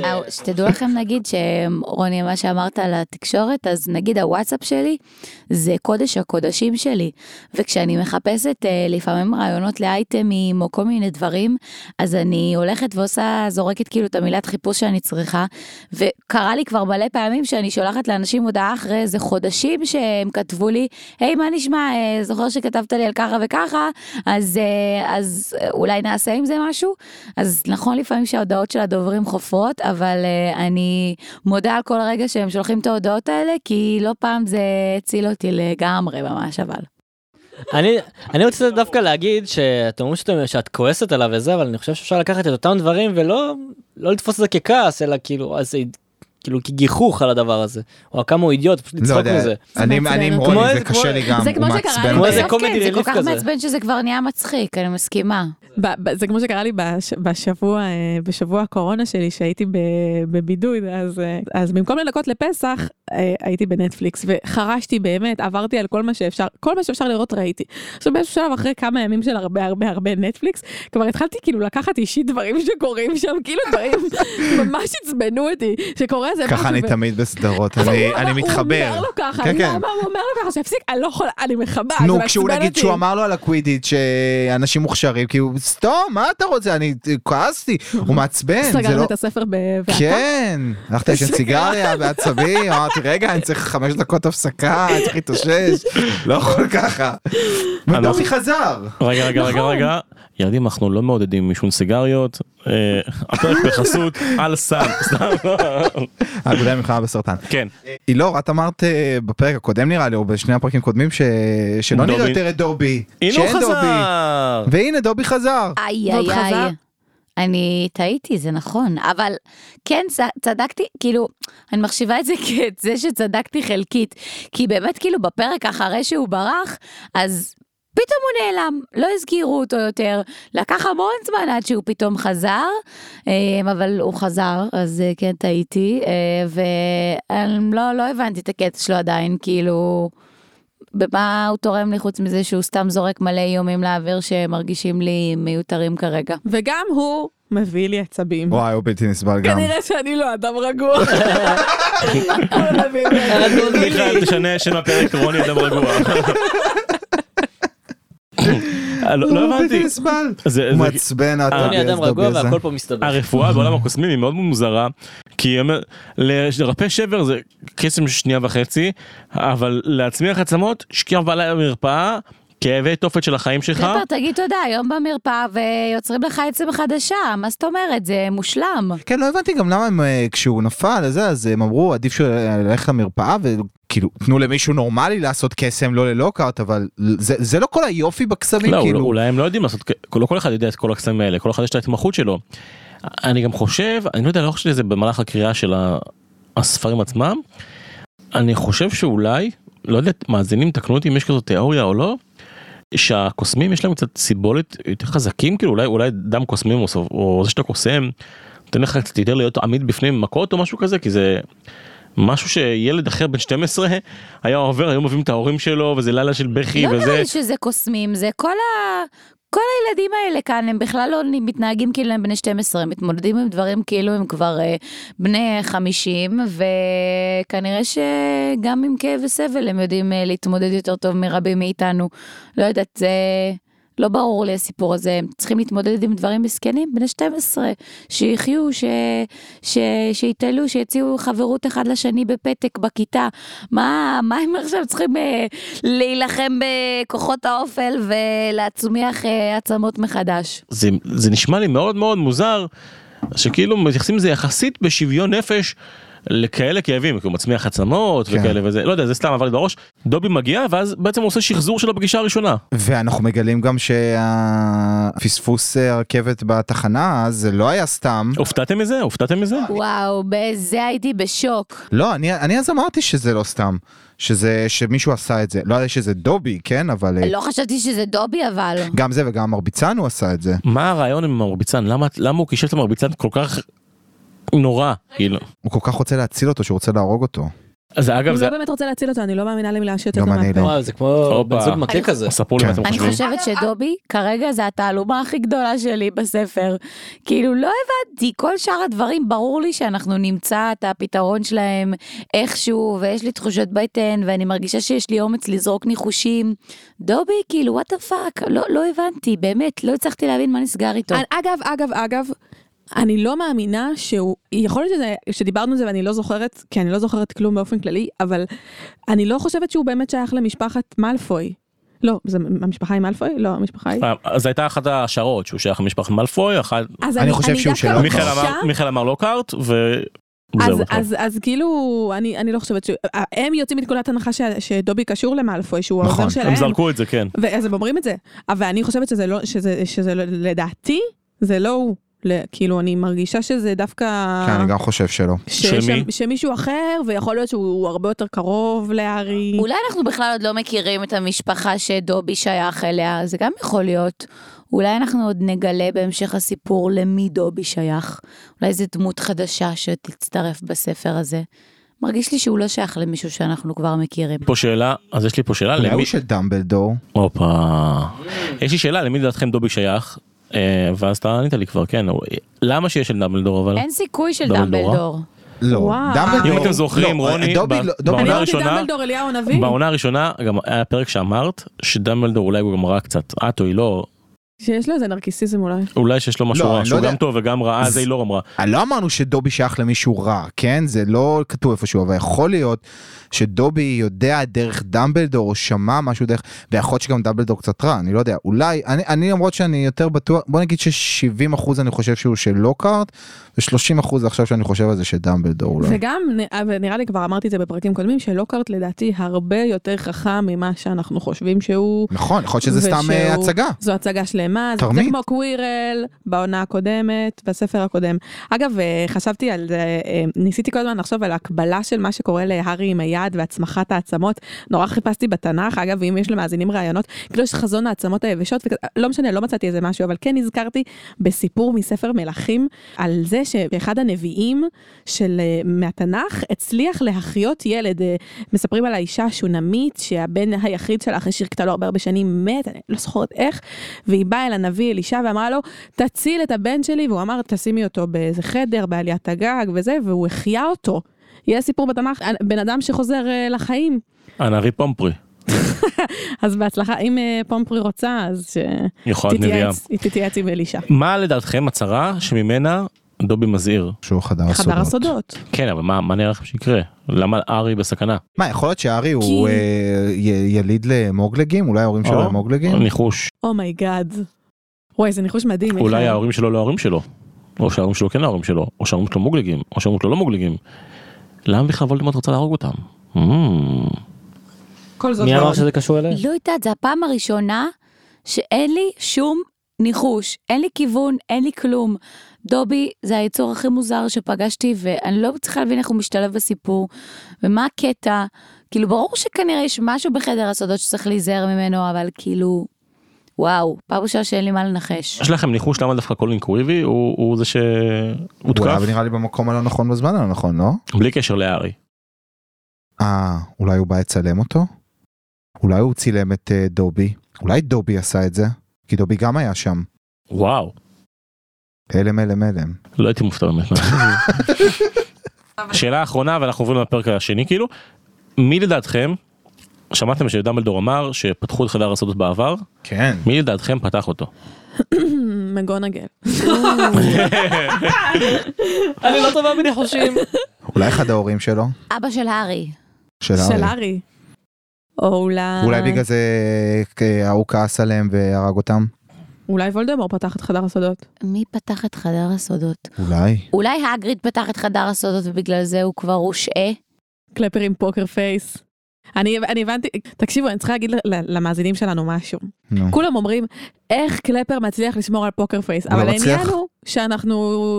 S6: אה, שתדעו לכם נגיד שרוני מה שאמרת על התקשורת אז נגיד הוואטסאפ שלי זה קודש הקודשים שלי וכשאני מחפשת אה, לפעמים רעיונות לאייטמים או כל מיני דברים אז אני הולכת ועושה זורקת כאילו את המילת חיפוש שאני צריכה וקרה לי כבר מלא פעמים שאני שולחת לאנשים הודעה אחרי איזה חודשים שהם כתבו לי היי מה נשמע אה, זוכר שכתבת לי על ככה וככה אז אה, אז אה, אולי נעשה עם זה משהו אז נכון לפעמים שההודעות של הדוברים חופרות, אבל uh, אני מודה על כל רגע שהם שולחים את ההודעות האלה, כי לא פעם זה הציל אותי לגמרי ממש, אבל.
S3: אני, אני רוצה דווקא להגיד שאתם אומרים שאתם, שאת כועסת עליו וזה, אבל אני חושב שאפשר לקחת את אותם דברים ולא לא לתפוס את זה ככעס, אלא כאילו, אז, כאילו כגיחוך על הדבר הזה, או כמה הוא אידיוט, פשוט
S5: לא
S3: לצחוק
S5: יודע,
S3: מזה.
S5: אני
S2: מעצבן
S5: אני עם
S2: אותי.
S3: כמו
S5: רוני,
S3: איזה-
S5: זה קשה לי גם,
S6: זה
S5: אה, הוא
S6: כמו שקרה
S5: מעצבן
S6: לי
S3: כמו איזה
S5: אותי.
S6: בסוף, כן,
S3: comedy
S6: זה כל
S3: relief
S6: כך
S3: כזה.
S6: מעצבן שזה כבר נהיה מצחיק, אני מסכימה.
S2: ב- ב- זה כמו שקרה לי בש, בשבוע, אה, בשבוע הקורונה שלי, שהייתי ב, בבידוד, אז, אה, אז במקום לנקות לפסח, אה, הייתי בנטפליקס, וחרשתי באמת, עברתי על כל מה שאפשר, כל מה שאפשר לראות ראיתי. עכשיו באיזשהו שלב, אחרי כמה ימים של הרבה הרבה הרבה נטפליקס, כבר התחלתי כאילו לקחת אישית דברים שקורים שם, כאילו דברים ממש עצבנו אותי, שקורה איזה משהו.
S5: ככה אני
S2: ו-
S5: תמיד בסדרות,
S2: אבל
S5: אני-
S2: למה
S5: אני
S2: הוא אומר
S5: מתחבר.
S2: לו ככה,
S5: כן, כן.
S2: למה הוא אומר לו ככה, שיפסיק, אני לא יכולה, אני מכבה, זה
S5: נו,
S2: מעצבן
S5: כשהוא נגיד
S2: אותי.
S5: שהוא אמר לו על הקווידיץ' שאנשים מוכשרים, כאילו, סתום, מה אתה רוצה? אני כעסתי, הוא מעצבן, זה
S2: סגרנו
S5: לא...
S2: את הספר בוועדה.
S5: כן, הלכת לשן סיגריה בעצבים, אמרתי רגע אני צריך חמש דקות הפסקה, אני צריך להתאושש, לא יכול ככה. ודומי חזר.
S1: רגע, רגע, רגע, רגע. ילדים, אנחנו לא מעודדים עישון סיגריות. אה, הפרק בחסות על סם. סתם, לא.
S5: האגודה למלחמה בסרטן.
S1: כן.
S5: אילור, את אמרת אה, בפרק הקודם נראה לי, או בשני הפרקים הקודמים, ש- שלא
S1: דובי.
S5: נראה יותר את דובי.
S1: הנה
S5: שאין
S1: הוא
S5: דובי.
S1: חזר.
S5: והנה דובי חזר.
S6: איי
S2: ועוד
S6: איי
S2: חזר?
S6: איי. אני טעיתי, זה נכון, אבל כן, צ- צדקתי, כאילו, אני מחשיבה את זה כאת זה שצדקתי חלקית, כי באמת, כאילו, בפרק אחרי שהוא ברח, אז פתאום הוא נעלם, לא הזכירו אותו יותר, לקח המון זמן עד שהוא פתאום חזר, אמ, אבל הוא חזר, אז אה, כן, טעיתי, ולא לא הבנתי את הקטע שלו עדיין, כאילו... במה הוא תורם לי חוץ מזה שהוא סתם זורק מלא איומים לאוויר שמרגישים לי מיותרים כרגע.
S2: וגם הוא מביא לי עצבים.
S5: וואי, הוא בלתי נסבל גם.
S2: כנראה שאני לא אדם רגוע. לא הוא מביא לי עצבים.
S1: מיכל, תשנה שם הפרק רוני אדם רגוע. אה, לא לא
S5: הוא בלתי
S1: הבנתי.
S5: נסבל.
S1: זה-
S5: הוא
S1: זה-
S5: מעצבן הדובי
S3: אה, אני
S5: הזה.
S3: אדם רגוע
S5: דובי הזה.
S3: והכל פה מסתבר.
S1: הרפואה בעולם הקוסמים היא מאוד מוזרה, כי היא אומרת, לרפא שבר זה קסם של שנייה וחצי, אבל להצמיח עצמות, שקיעה בעלה במרפאה, כאבי תופת של החיים שלך.
S6: פפר, תגיד תודה, היום במרפאה ויוצרים לך עצם חדשה, מה זאת אומרת? זה מושלם.
S5: כן, לא הבנתי גם למה הם, אה, כשהוא נפל, אז זה, אז הם אמרו, עדיף שהוא ילך למרפאה, וכאילו, תנו למישהו נורמלי לעשות קסם, לא ללוקארט, אבל זה זה לא כל היופי בקסמים,
S1: לא, כאילו...
S5: כאילו.
S1: אולי הם לא יודעים לעשות, לא כל אחד יודע את כל הקסמים האלה, כל אחד יש את ההתמחות שלו. אני גם חושב, אני לא יודע, לא חושב שזה במהלך הקריאה של ה- הספרים עצמם, אני חושב שאולי, לא יודע, מאזינים, תקנו אותי אם יש כזו תיאוריה או לא, שהקוסמים יש להם קצת סיבולת יותר חזקים, כאילו אולי, אולי דם קוסמים או, סוב- או זה שאתה קוסם, נותן לך קצת יותר להיות עמיד בפנים מכות או משהו כזה, כי זה... משהו שילד אחר בן 12 היה עובר, היו מביאים את ההורים שלו, וזה לילה של בכי,
S6: לא
S1: וזה...
S6: נראה לי שזה קוסמים, זה כל ה... כל הילדים האלה כאן, הם בכלל לא מתנהגים כאילו הם בני 12, הם מתמודדים עם דברים כאילו הם כבר אה, בני 50, וכנראה שגם עם כאב וסבל הם יודעים אה, להתמודד יותר טוב מרבים מאיתנו. לא יודעת, זה... לא ברור לי הסיפור הזה, הם צריכים להתמודד עם דברים מסכנים, בני 12, שיחיו, ש... ש... שיטיילו, שיציעו חברות אחד לשני בפתק בכיתה. מה, מה הם עכשיו צריכים אה, להילחם בכוחות האופל ולהצמיח אה, עצמות מחדש?
S1: זה, זה נשמע לי מאוד מאוד מוזר שכאילו מתייחסים לזה יחסית בשוויון נפש לכאלה כאבים, כי הוא מצמיח עצמות
S5: כן.
S1: וכאלה וזה, לא יודע, זה סתם עבר לי בראש. דובי מגיע ואז בעצם הוא עושה שחזור של הפגישה הראשונה.
S5: ואנחנו מגלים גם שהפספוס אה, הרכבת בתחנה אז זה לא היה סתם.
S1: הופתעתם מזה? הופתעתם מזה?
S6: וואו, בזה הייתי בשוק.
S5: לא, אני, אני אז אמרתי שזה לא סתם, שזה, שמישהו עשה את זה. לא יודע שזה דובי, כן, אבל אה,
S6: לא חשבתי שזה דובי אבל.
S5: גם זה וגם מרביצן הוא עשה את זה.
S1: מה הרעיון עם המרביצן? למה, למה הוא קישר את המרביצן כל כך נורא? כאילו.
S5: הוא כל כך רוצה להציל אותו שהוא רוצה להרוג אותו.
S1: אז אגב,
S2: הוא
S1: זה...
S2: לא באמת רוצה להציל אותו, אני לא מאמינה למילה שיוצאת
S5: גם
S2: לו
S5: אני
S2: מהפה.
S5: לא.
S3: וואו, זה כמו
S1: הופה.
S3: בן זוג מכה כזה.
S1: ספרו לי מה
S5: כן.
S1: אתם
S6: אני
S1: חושבים.
S6: חושבת שדובי כרגע זה התעלומה הכי גדולה שלי בספר. כאילו לא הבנתי, כל שאר הדברים ברור לי שאנחנו נמצא את הפתרון שלהם איכשהו, ויש לי תחושות בטן, ואני מרגישה שיש לי אומץ לזרוק ניחושים. דובי, כאילו, וואט דה פאק, לא הבנתי, באמת, לא הצלחתי להבין מה נסגר איתו.
S2: אני- אגב, אגב, אגב, אני לא מאמינה שהוא, יכול להיות שזה, שדיברנו על זה ואני לא זוכרת, כי אני לא זוכרת כלום באופן כללי, אבל אני לא חושבת שהוא באמת שייך למשפחת מאלפוי. לא, זה המשפחה היא מאלפוי? לא, המשפחה היא...
S1: אה, אז הייתה אחת ההשערות שהוא שייך למשפחת מלפוי, אחת...
S2: אז
S5: אני חושב שהוא
S2: דווקא
S5: שלו. לא,
S2: מרגישה-
S1: מיכאל אמר- מיכאל אמר לוקארט ו...
S2: אז,
S1: זהו,
S2: אז, אז כאילו, אני, אני לא חושבת ש... הם יוצאים מנקודת הנחה ש, שדובי קשור למאלפוי, שהוא
S5: נכון,
S2: העוזר
S5: הם
S1: הם
S2: שלהם.
S1: זרקו את זה, כן.
S2: ואז הם אומרים את זה. אבל אני חושבת שזה לא, שזה, שזה לא, לדעתי, זה לא הוא. ל- כאילו, אני מרגישה שזה דווקא...
S5: כן, אני גם חושב שלא.
S2: ש-
S1: של מי?
S2: ש- שמישהו אחר, ויכול להיות שהוא הרבה יותר קרוב לארי.
S6: אולי אנחנו בכלל עוד לא מכירים את המשפחה שדובי שייך אליה, זה גם יכול להיות. אולי אנחנו עוד נגלה בהמשך הסיפור למי דובי שייך. אולי זו דמות חדשה שתצטרף בספר הזה. מרגיש לי שהוא לא שייך למישהו שאנחנו כבר מכירים.
S1: פה שאלה, אז יש לי פה שאלה,
S5: אולי
S1: למי...
S5: הוא של דמבלדור?
S1: הופה. יש לי שאלה, למי לדעתכם דובי שייך? אה, ואז אתה ענית לי כבר, כן. הוא- למה שיש של דמבלדור אבל?
S6: אין סיכוי של
S1: דמבלדורה?
S6: דמבלדור.
S5: לא.
S2: וואו.
S5: דמבלדור...
S1: אם אתם זוכרים,
S5: לא,
S1: רוני,
S5: דובי
S1: ב-
S5: לא- דובי
S1: בעונה
S2: אני
S5: לא...
S2: אמרתי
S1: הראשונה-
S2: דמבלדור אליהו הנביא.
S1: בעונה הראשונה, גם היה פרק שאמרת, שדמבלדור אולי הוא גם רע קצת, את או היא לא,
S2: שיש לו איזה נרקיסיזם אולי.
S1: אולי שיש לו משהו
S5: לא,
S1: רע,
S5: אני
S1: שהוא
S5: לא
S1: גם
S5: יודע.
S1: טוב וגם רע, אז
S5: זה-
S1: היא לא אמרה.
S5: לא אמרנו שדובי שייך למישהו רע, כן? זה לא כתוב איפשהו, אבל יכול להיות שדובי יודע דרך דמבלדור, או שמע משהו דרך... ויכול להיות שגם דמבלדור קצת רע, אני לא יודע. אולי, אני, אני למרות שאני יותר בטוח, בוא נגיד ש-70% אני חושב שהוא של לוקארט, ו-30% עכשיו שאני חושב על זה של דמבלדור אולי.
S2: וגם, נ- אבל נראה לי כבר אמרתי את זה בפרקים קודמים, שלוקארט לדעתי הרבה יותר חכם ממה שאנחנו חושבים שהוא.
S5: נכון, יכול להיות שזה סתם
S2: ושהוא-
S5: אה, הצגה.
S2: זו הצגה שלמה, זה- זה
S5: תרמית.
S2: כמו קווירל בעונה הקודמת, בספר הקודם. אגב, אה, חשבתי על זה, אה, ניסיתי כל הזמן לחשוב על הקבלה של מה שקורה להארי עם היד והצמחת העצמות. נורא חיפשתי בתנ"ך, אגב, אם יש למאזינים רעיונות, כאילו יש חזון העצמות היבשות, וכזה, לא משנה, לא מצאתי איזה משהו, אבל כן נזכרתי בסיפור מספר מלכים, על זה שאחד הנביאים של, אה, מהתנ"ך הצליח להחיות ילד. אה, מספרים על האישה השונמית, שהבן היחיד שלה, אחרי שהרקתה לו הרבה הרבה שנים, מת, אני לא זוכרת איך, והיא באה אל הנביא אלישע ואמרה לו, תציל את הבן שלי, והוא אמר, תשימי אותו באיזה חדר, בעליית הגג וזה, והוא החיה אותו. יהיה סיפור בתנ"ך, על בן אדם שחוזר אה, לחיים.
S1: הנערי פומפרי,
S2: אז בהצלחה, אם אה, פומפרי רוצה, אז
S1: יכולת נביאה.
S2: שתתייעץ, היא תתייעץ עם אלישע.
S1: מה לדעתכם הצהרה שממנה דובי מזהיר?
S5: שהוא חדר הסודות.
S2: חדר הסודות.
S1: כן, אבל מה מה נראה לכם שיקרה? למה ארי בסכנה?
S5: מה, יכול להיות שהארי הוא
S2: כי-
S5: אה, י- יליד למוגלגים? אולי ההורים שלו
S1: או,
S5: הם מוגלגים?
S1: ניחוש.
S2: אומייגאד. Oh וואי, איזה ניחוש מדהים.
S1: אולי
S2: מיכאל.
S1: ההורים שלו לא ההורים שלו. או שההורים שלו כן ההורים שלו. או שההורים שלו מוגלגים. או שההורים שלו לא מוגלגים. למה בכלל וולדמורט רוצה להרוג אותם? אמ,
S2: כל זאת
S3: מי אמר
S2: ועוד.
S3: שזה קשור אליה?
S6: לא יודעת, זו הפעם הראשונה שאין לי שום ניחוש, אין לי כיוון, אין לי כלום. דובי זה היצור הכי מוזר שפגשתי, ואני לא מצליחה להבין איך הוא משתלב בסיפור, ומה הקטע. כאילו, ברור שכנראה יש משהו בחדר הסודות שצריך להיזהר ממנו, אבל כאילו, וואו, פעם ראשונה שאין לי מה לנחש.
S1: יש לכם ניחוש למה דווקא קולין קוויבי הוא הוא זה
S5: הוא היה
S1: שהותקף?
S5: נראה לי במקום הלא נכון בזמן הלא נכון, לא?
S1: בלי קשר להארי.
S5: אה, אולי הוא בא לצלם אותו? אולי הוא צילם את אה, דובי? אולי דובי עשה את זה? כי דובי גם היה שם.
S1: וואו.
S5: הלם הלם הלם.
S1: לא הייתי מופתע באמת. שאלה אחרונה ואנחנו עוברים לפרק השני כאילו. מי לדעתכם, שמעתם שדמבלדור אמר שפתחו את חדר הסודות בעבר,
S5: כן.
S1: מי לדעתכם פתח אותו?
S2: מגונגל.
S3: אני לא טובה בניחושים.
S5: אולי אחד ההורים שלו?
S6: אבא של הארי.
S5: של
S2: של
S5: הארי.
S2: ארי. או אולי...
S5: אולי בגלל זה אה, ההוא כעס עליהם והרג אותם?
S2: אולי וולדמור פתח את חדר הסודות.
S6: מי פתח את חדר הסודות?
S5: אולי.
S6: אולי הגריד פתח את חדר הסודות ובגלל זה הוא כבר הושעה?
S2: קלפר עם פוקר פייס. אני, אני הבנתי, תקשיבו, אני צריכה להגיד ל- ל- למאזינים שלנו משהו.
S5: נו.
S2: כולם אומרים, איך קלפר מצליח לשמור על פוקר פייס,
S5: הוא לא
S2: אבל העניין
S5: מצליח.
S2: הוא שאנחנו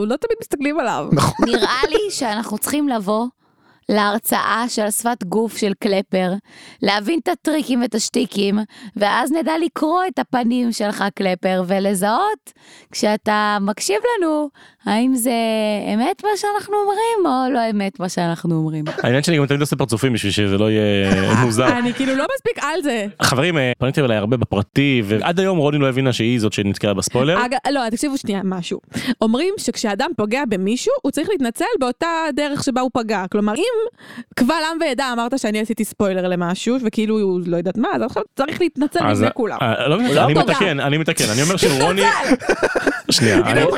S2: לא תמיד מסתכלים עליו.
S6: נראה לי שאנחנו צריכים לבוא להרצאה של שפת גוף של קלפר, להבין את הטריקים ואת השטיקים, ואז נדע לקרוא את הפנים שלך, קלפר, ולזהות כשאתה מקשיב לנו, האם זה אמת מה שאנחנו אומרים, או לא אמת מה שאנחנו אומרים.
S1: העניין שאני גם תמיד עושה פרצופים בשביל שזה לא יהיה מוזר.
S2: אני כאילו לא מספיק על זה.
S1: חברים, אה, פניתם אליי הרבה בפרטי, ועד היום רוני לא הבינה שהיא זאת שנתקעה בספוילר.
S2: אגב, לא, תקשיבו שנייה משהו. אומרים שכשאדם פוגע במישהו, הוא צריך להתנצל באותה דרך שבה הוא פגע. כלומר, אם קבל עם ועדה אמרת שאני עשיתי ספוילר למשהו, וכאילו, הוא לא יודעת מה, אז עכשיו צריך להתנצל
S1: אז-
S2: בפני כולם.
S1: אה, לא מתקן,
S3: לא
S1: אני
S2: פגע.
S1: מתקן, אני מתקן, אני אומר שרוני... שנייה, אני- לא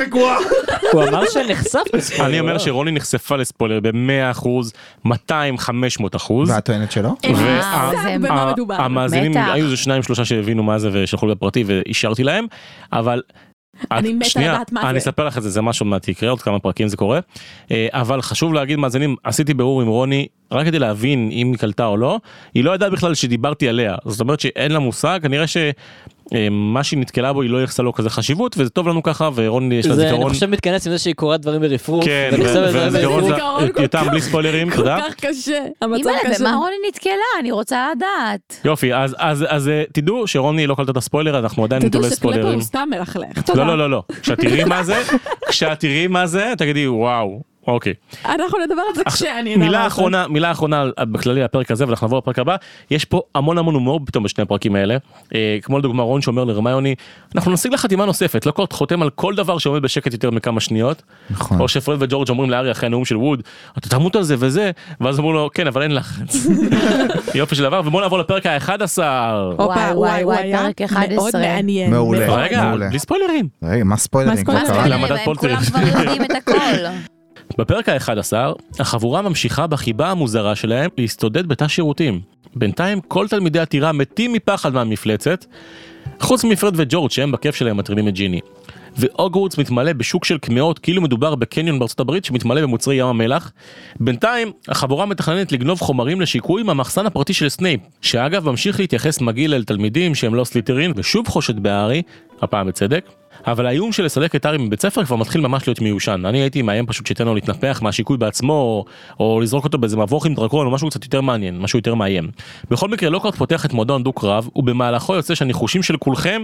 S3: הוא אמר שנחשף בספוילר.
S1: אני אומר
S3: לא?
S1: שרוני נחשפה לספוילר ב-100 אחוז, 200, 500 אחוז.
S5: ואת טוענת שלא?
S1: ו- אה,
S6: וואו,
S1: ה-
S6: זה-
S2: במה מדובר?
S1: המאזינים,
S6: בטח.
S1: היו איזה שניים שלושה שהבינו מה זה ושלחו לי בפרטי ואישרתי להם, אבל...
S2: אני
S1: את-
S2: מתה
S1: שנייה,
S2: לדעת מה זה.
S1: אני אספר לך את זה, זה משהו מעט יקרה, עוד כמה פרקים זה קורה. אה, אבל חשוב להגיד, מאזינים, עשיתי בירור עם רוני, רק כדי להבין אם היא קלטה או לא, היא לא ידעה בכלל שדיברתי עליה, זאת אומרת שאין לה מושג, כנראה ש... אה, מה שהיא נתקלה בו היא לא יחסה לו כזה חשיבות וזה טוב לנו ככה ורוני יש לה
S3: זה, אני
S1: זיכרון.
S3: חושב מתכנס עם זה שהיא קוראת דברים ברפרוף.
S1: כן, ו-
S3: ונחשפת לדברים
S1: והזיכרון
S3: ברפרוף.
S1: זה
S2: זיכרון כל
S1: יותם
S2: כך-
S1: בלי ספוילרים,
S2: כל
S1: תודה.
S2: כך קשה, המצב
S6: אימא'לה,
S2: קשה.
S6: במה רוני נתקלה? אני רוצה לדעת.
S1: יופי אז אז אז אה, תדעו שרוני לא קלטה את הספוילר אנחנו עדיין
S2: תדעו
S1: נטולי
S2: שקלפר
S1: ספוילרים.
S2: הוא סתם מלכלך,
S1: לא
S2: תודה.
S1: לא לא לא כשאת תראי מה זה כשאת תראי מה זה תגידי וואו אוקיי.
S2: אנחנו נדבר על זה
S1: עכשיו,
S2: כשאני אדע
S1: מילה
S2: מה לעשות.
S1: אחרונה מילה אחרונה על- על- בכללי על הפרק הזה ואנחנו נעבור לפרק הבא יש פה המון המון הומור פתאום בשני הפרקים האלה אה, כמו לדוגמה רון שאומר לרמיוני אנחנו נשיג לך חתימה נוספת לקוט חותם על כל דבר שעומד בשקט יותר מכמה שניות
S5: נכון.
S1: או שפרד וג'ורג' אומרים לארי אחרי הנאום של ווד אתה תמות על זה וזה ואז אמרו לו כן אבל אין לחץ יופי של דבר ובוא נעבור לפרק ה-11
S2: הופה,
S6: וואי, וואי, וואי, פרק 11.
S2: מאוד מעניין. נכון.
S5: מעולה.
S2: מאוד.
S1: רגע
S5: מעולה.
S1: בלי ספוילרים
S5: רגע, מה
S2: מה
S5: ספוילרים?
S2: ספוילרים?
S5: כבר קרה?
S1: למה
S6: הם
S1: אתה פה
S6: כולם
S1: צריך?
S6: כבר יודעים את הכל.
S1: בפרק ה-11, החבורה ממשיכה בחיבה המוזרה שלהם להסתודד בתא שירותים. בינתיים כל תלמידי הטירה מתים מפחד מהמפלצת, חוץ מפרד וג'ורג' שהם בכיף שלהם מטרידים את ג'יני. והוגוורטס מתמלא בשוק של קמעות כאילו מדובר בקניון בארצות הברית שמתמלא במוצרי ים המלח. בינתיים החבורה מתכננת לגנוב חומרים לשיקוי מהמחסן הפרטי של סנייפ, שאגב ממשיך להתייחס מגעיל אל תלמידים שהם לא סליטרין ושוב חושד בהארי, הפעם בצדק. אבל האיום של לסלק את הארי מבית ספר כבר מתחיל ממש להיות מיושן. אני הייתי מאיים פשוט שייתן לו להתנפח מהשיקוי בעצמו, או, או לזרוק אותו באיזה מבוך עם דרקון, או משהו קצת יותר מעניין, משהו יותר מאיים. בכל מקרה, לוקארט פותח את מועדון דו-קרב, ובמהלכו יוצא שהניחושים של כולכם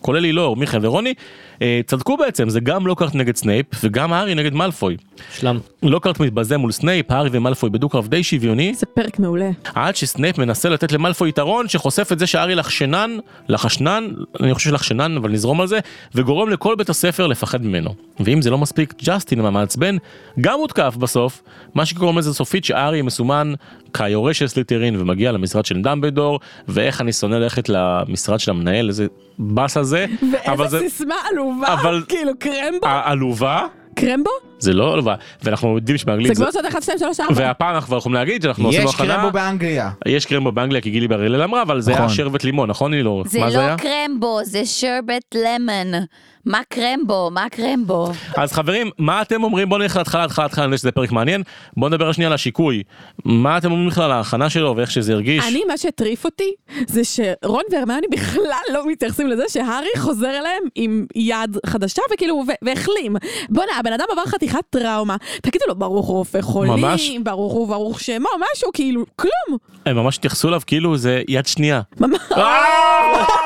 S1: כולל אילור, מיכאל ורוני, אה, צדקו בעצם, זה גם לוקארט נגד סנייפ וגם הארי נגד מאלפוי.
S3: שלם.
S1: לוקארט מתבזה מול סנייפ, הארי ומאלפוי בדו-קרב די שוויוני,
S2: זה פרק מעולה.
S1: עד שסנייפ מנסה לתת למאלפוי יתרון שחושף את זה שהארי לחשנן, לחשנן, אני חושב שלחשנן אבל נזרום על זה, וגורם לכל בית הספר לפחד ממנו. ואם זה לא מספיק, ג'סטין המעצבן גם הותקף בסוף, מה שגורם לזה סופית שהארי מסומן כיורש של סליטרין ומגיע למשרד של דמבלדור, ואיך אני שונא ללכת למשרד של המנהל, איזה באסה זה, אבל
S2: ואיזה
S1: זה
S2: סיסמה עלובה,
S1: אבל- אה.
S2: כאילו קרמבו,
S1: ה- עלובה,
S2: קרמבו?
S1: זה לא עלובה, ואנחנו יודעים
S2: זה
S1: שבאנגלית זה...
S2: כמו לעשות 1, 2, 3, 4.
S1: והפעם אנחנו כבר יכולים להגיד שאנחנו עשינו
S5: יש
S1: הכנה,
S5: קרמבו באנגליה.
S1: יש קרמבו באנגליה כי גילי בראל אמרה, אבל זה היה
S5: נכון.
S1: שרבט לימון, נכון אילור?
S6: זה
S1: מה זה היה?
S6: לא קרמבו, זה שרבט למון. מה קרמבו? מה קרמבו?
S1: אז חברים, מה אתם אומרים? בואו נלך להתחלה, להתחלה, להתחלה, נראה שזה פרק מעניין. בואו נדבר שנייה על השיקוי. מה אתם אומרים בכלל על ההכנה שלו ואיך שזה הרגיש?
S2: אני, מה שהטריף אותי, זה שרון והרמיוני בכלל לא מתייחסים לזה שהארי חוזר אליהם עם יד חדשה, וכאילו, ו- והחלים. בואנה, הבן אדם עבר חתיכת טראומה. תגידו לו, ברוך רופא חולים,
S1: ממש.
S2: ברוך הוא, ברוך שמו, משהו, כאילו, כלום.
S1: הם ממש התייחסו אליו כאילו זה יד שנייה.
S2: ממש.
S1: אה.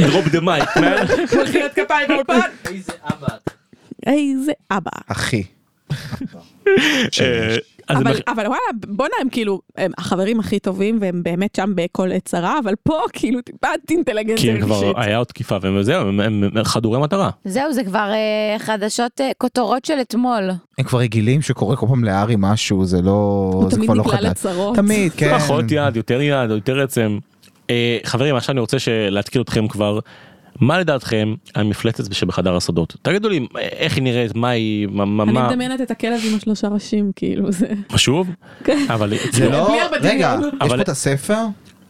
S1: דרופ דה מייק,
S2: מחיאות כפיים באולפן.
S3: איזה אבא.
S2: איזה אבא.
S5: אחי.
S1: אה,
S2: אבל, אבל וואלה, בואנה הם כאילו, הם החברים הכי טובים והם באמת שם בכל עת צרה, אבל פה כאילו טיפה
S1: כי
S2: אינטליגנציה
S1: הם כבר
S2: רגשית.
S1: היה עוד תקיפה והם זהו, הם- הם הם חדורי מטרה.
S6: זהו, זה כבר אה, חדשות, אה, כותרות של אתמול.
S5: הם כבר רגילים שקורה כל פעם לארי משהו, זה לא...
S2: הוא
S5: זה
S2: תמיד
S5: כבר לא
S2: נקלע
S5: חדש.
S2: לצרות.
S5: תמיד, כן.
S1: פחות יד, יותר יד, יותר עצם. אה, חברים, עכשיו אני רוצה ש- להתקיל אתכם כבר. מה לדעתכם המפלצת שבחדר הסודות? תגידו לי אה, איך היא נראית, מה היא, מה, מה,
S2: אני
S1: מה,
S2: מדמיינת את הכלב עם השלושה ראשים, כאילו, זה...
S1: שוב?
S2: כן.
S1: אבל
S5: זה לא...
S2: בלי הרבה
S5: רגע,
S2: דמיון.
S5: יש
S1: אבל-
S5: פה את הספר?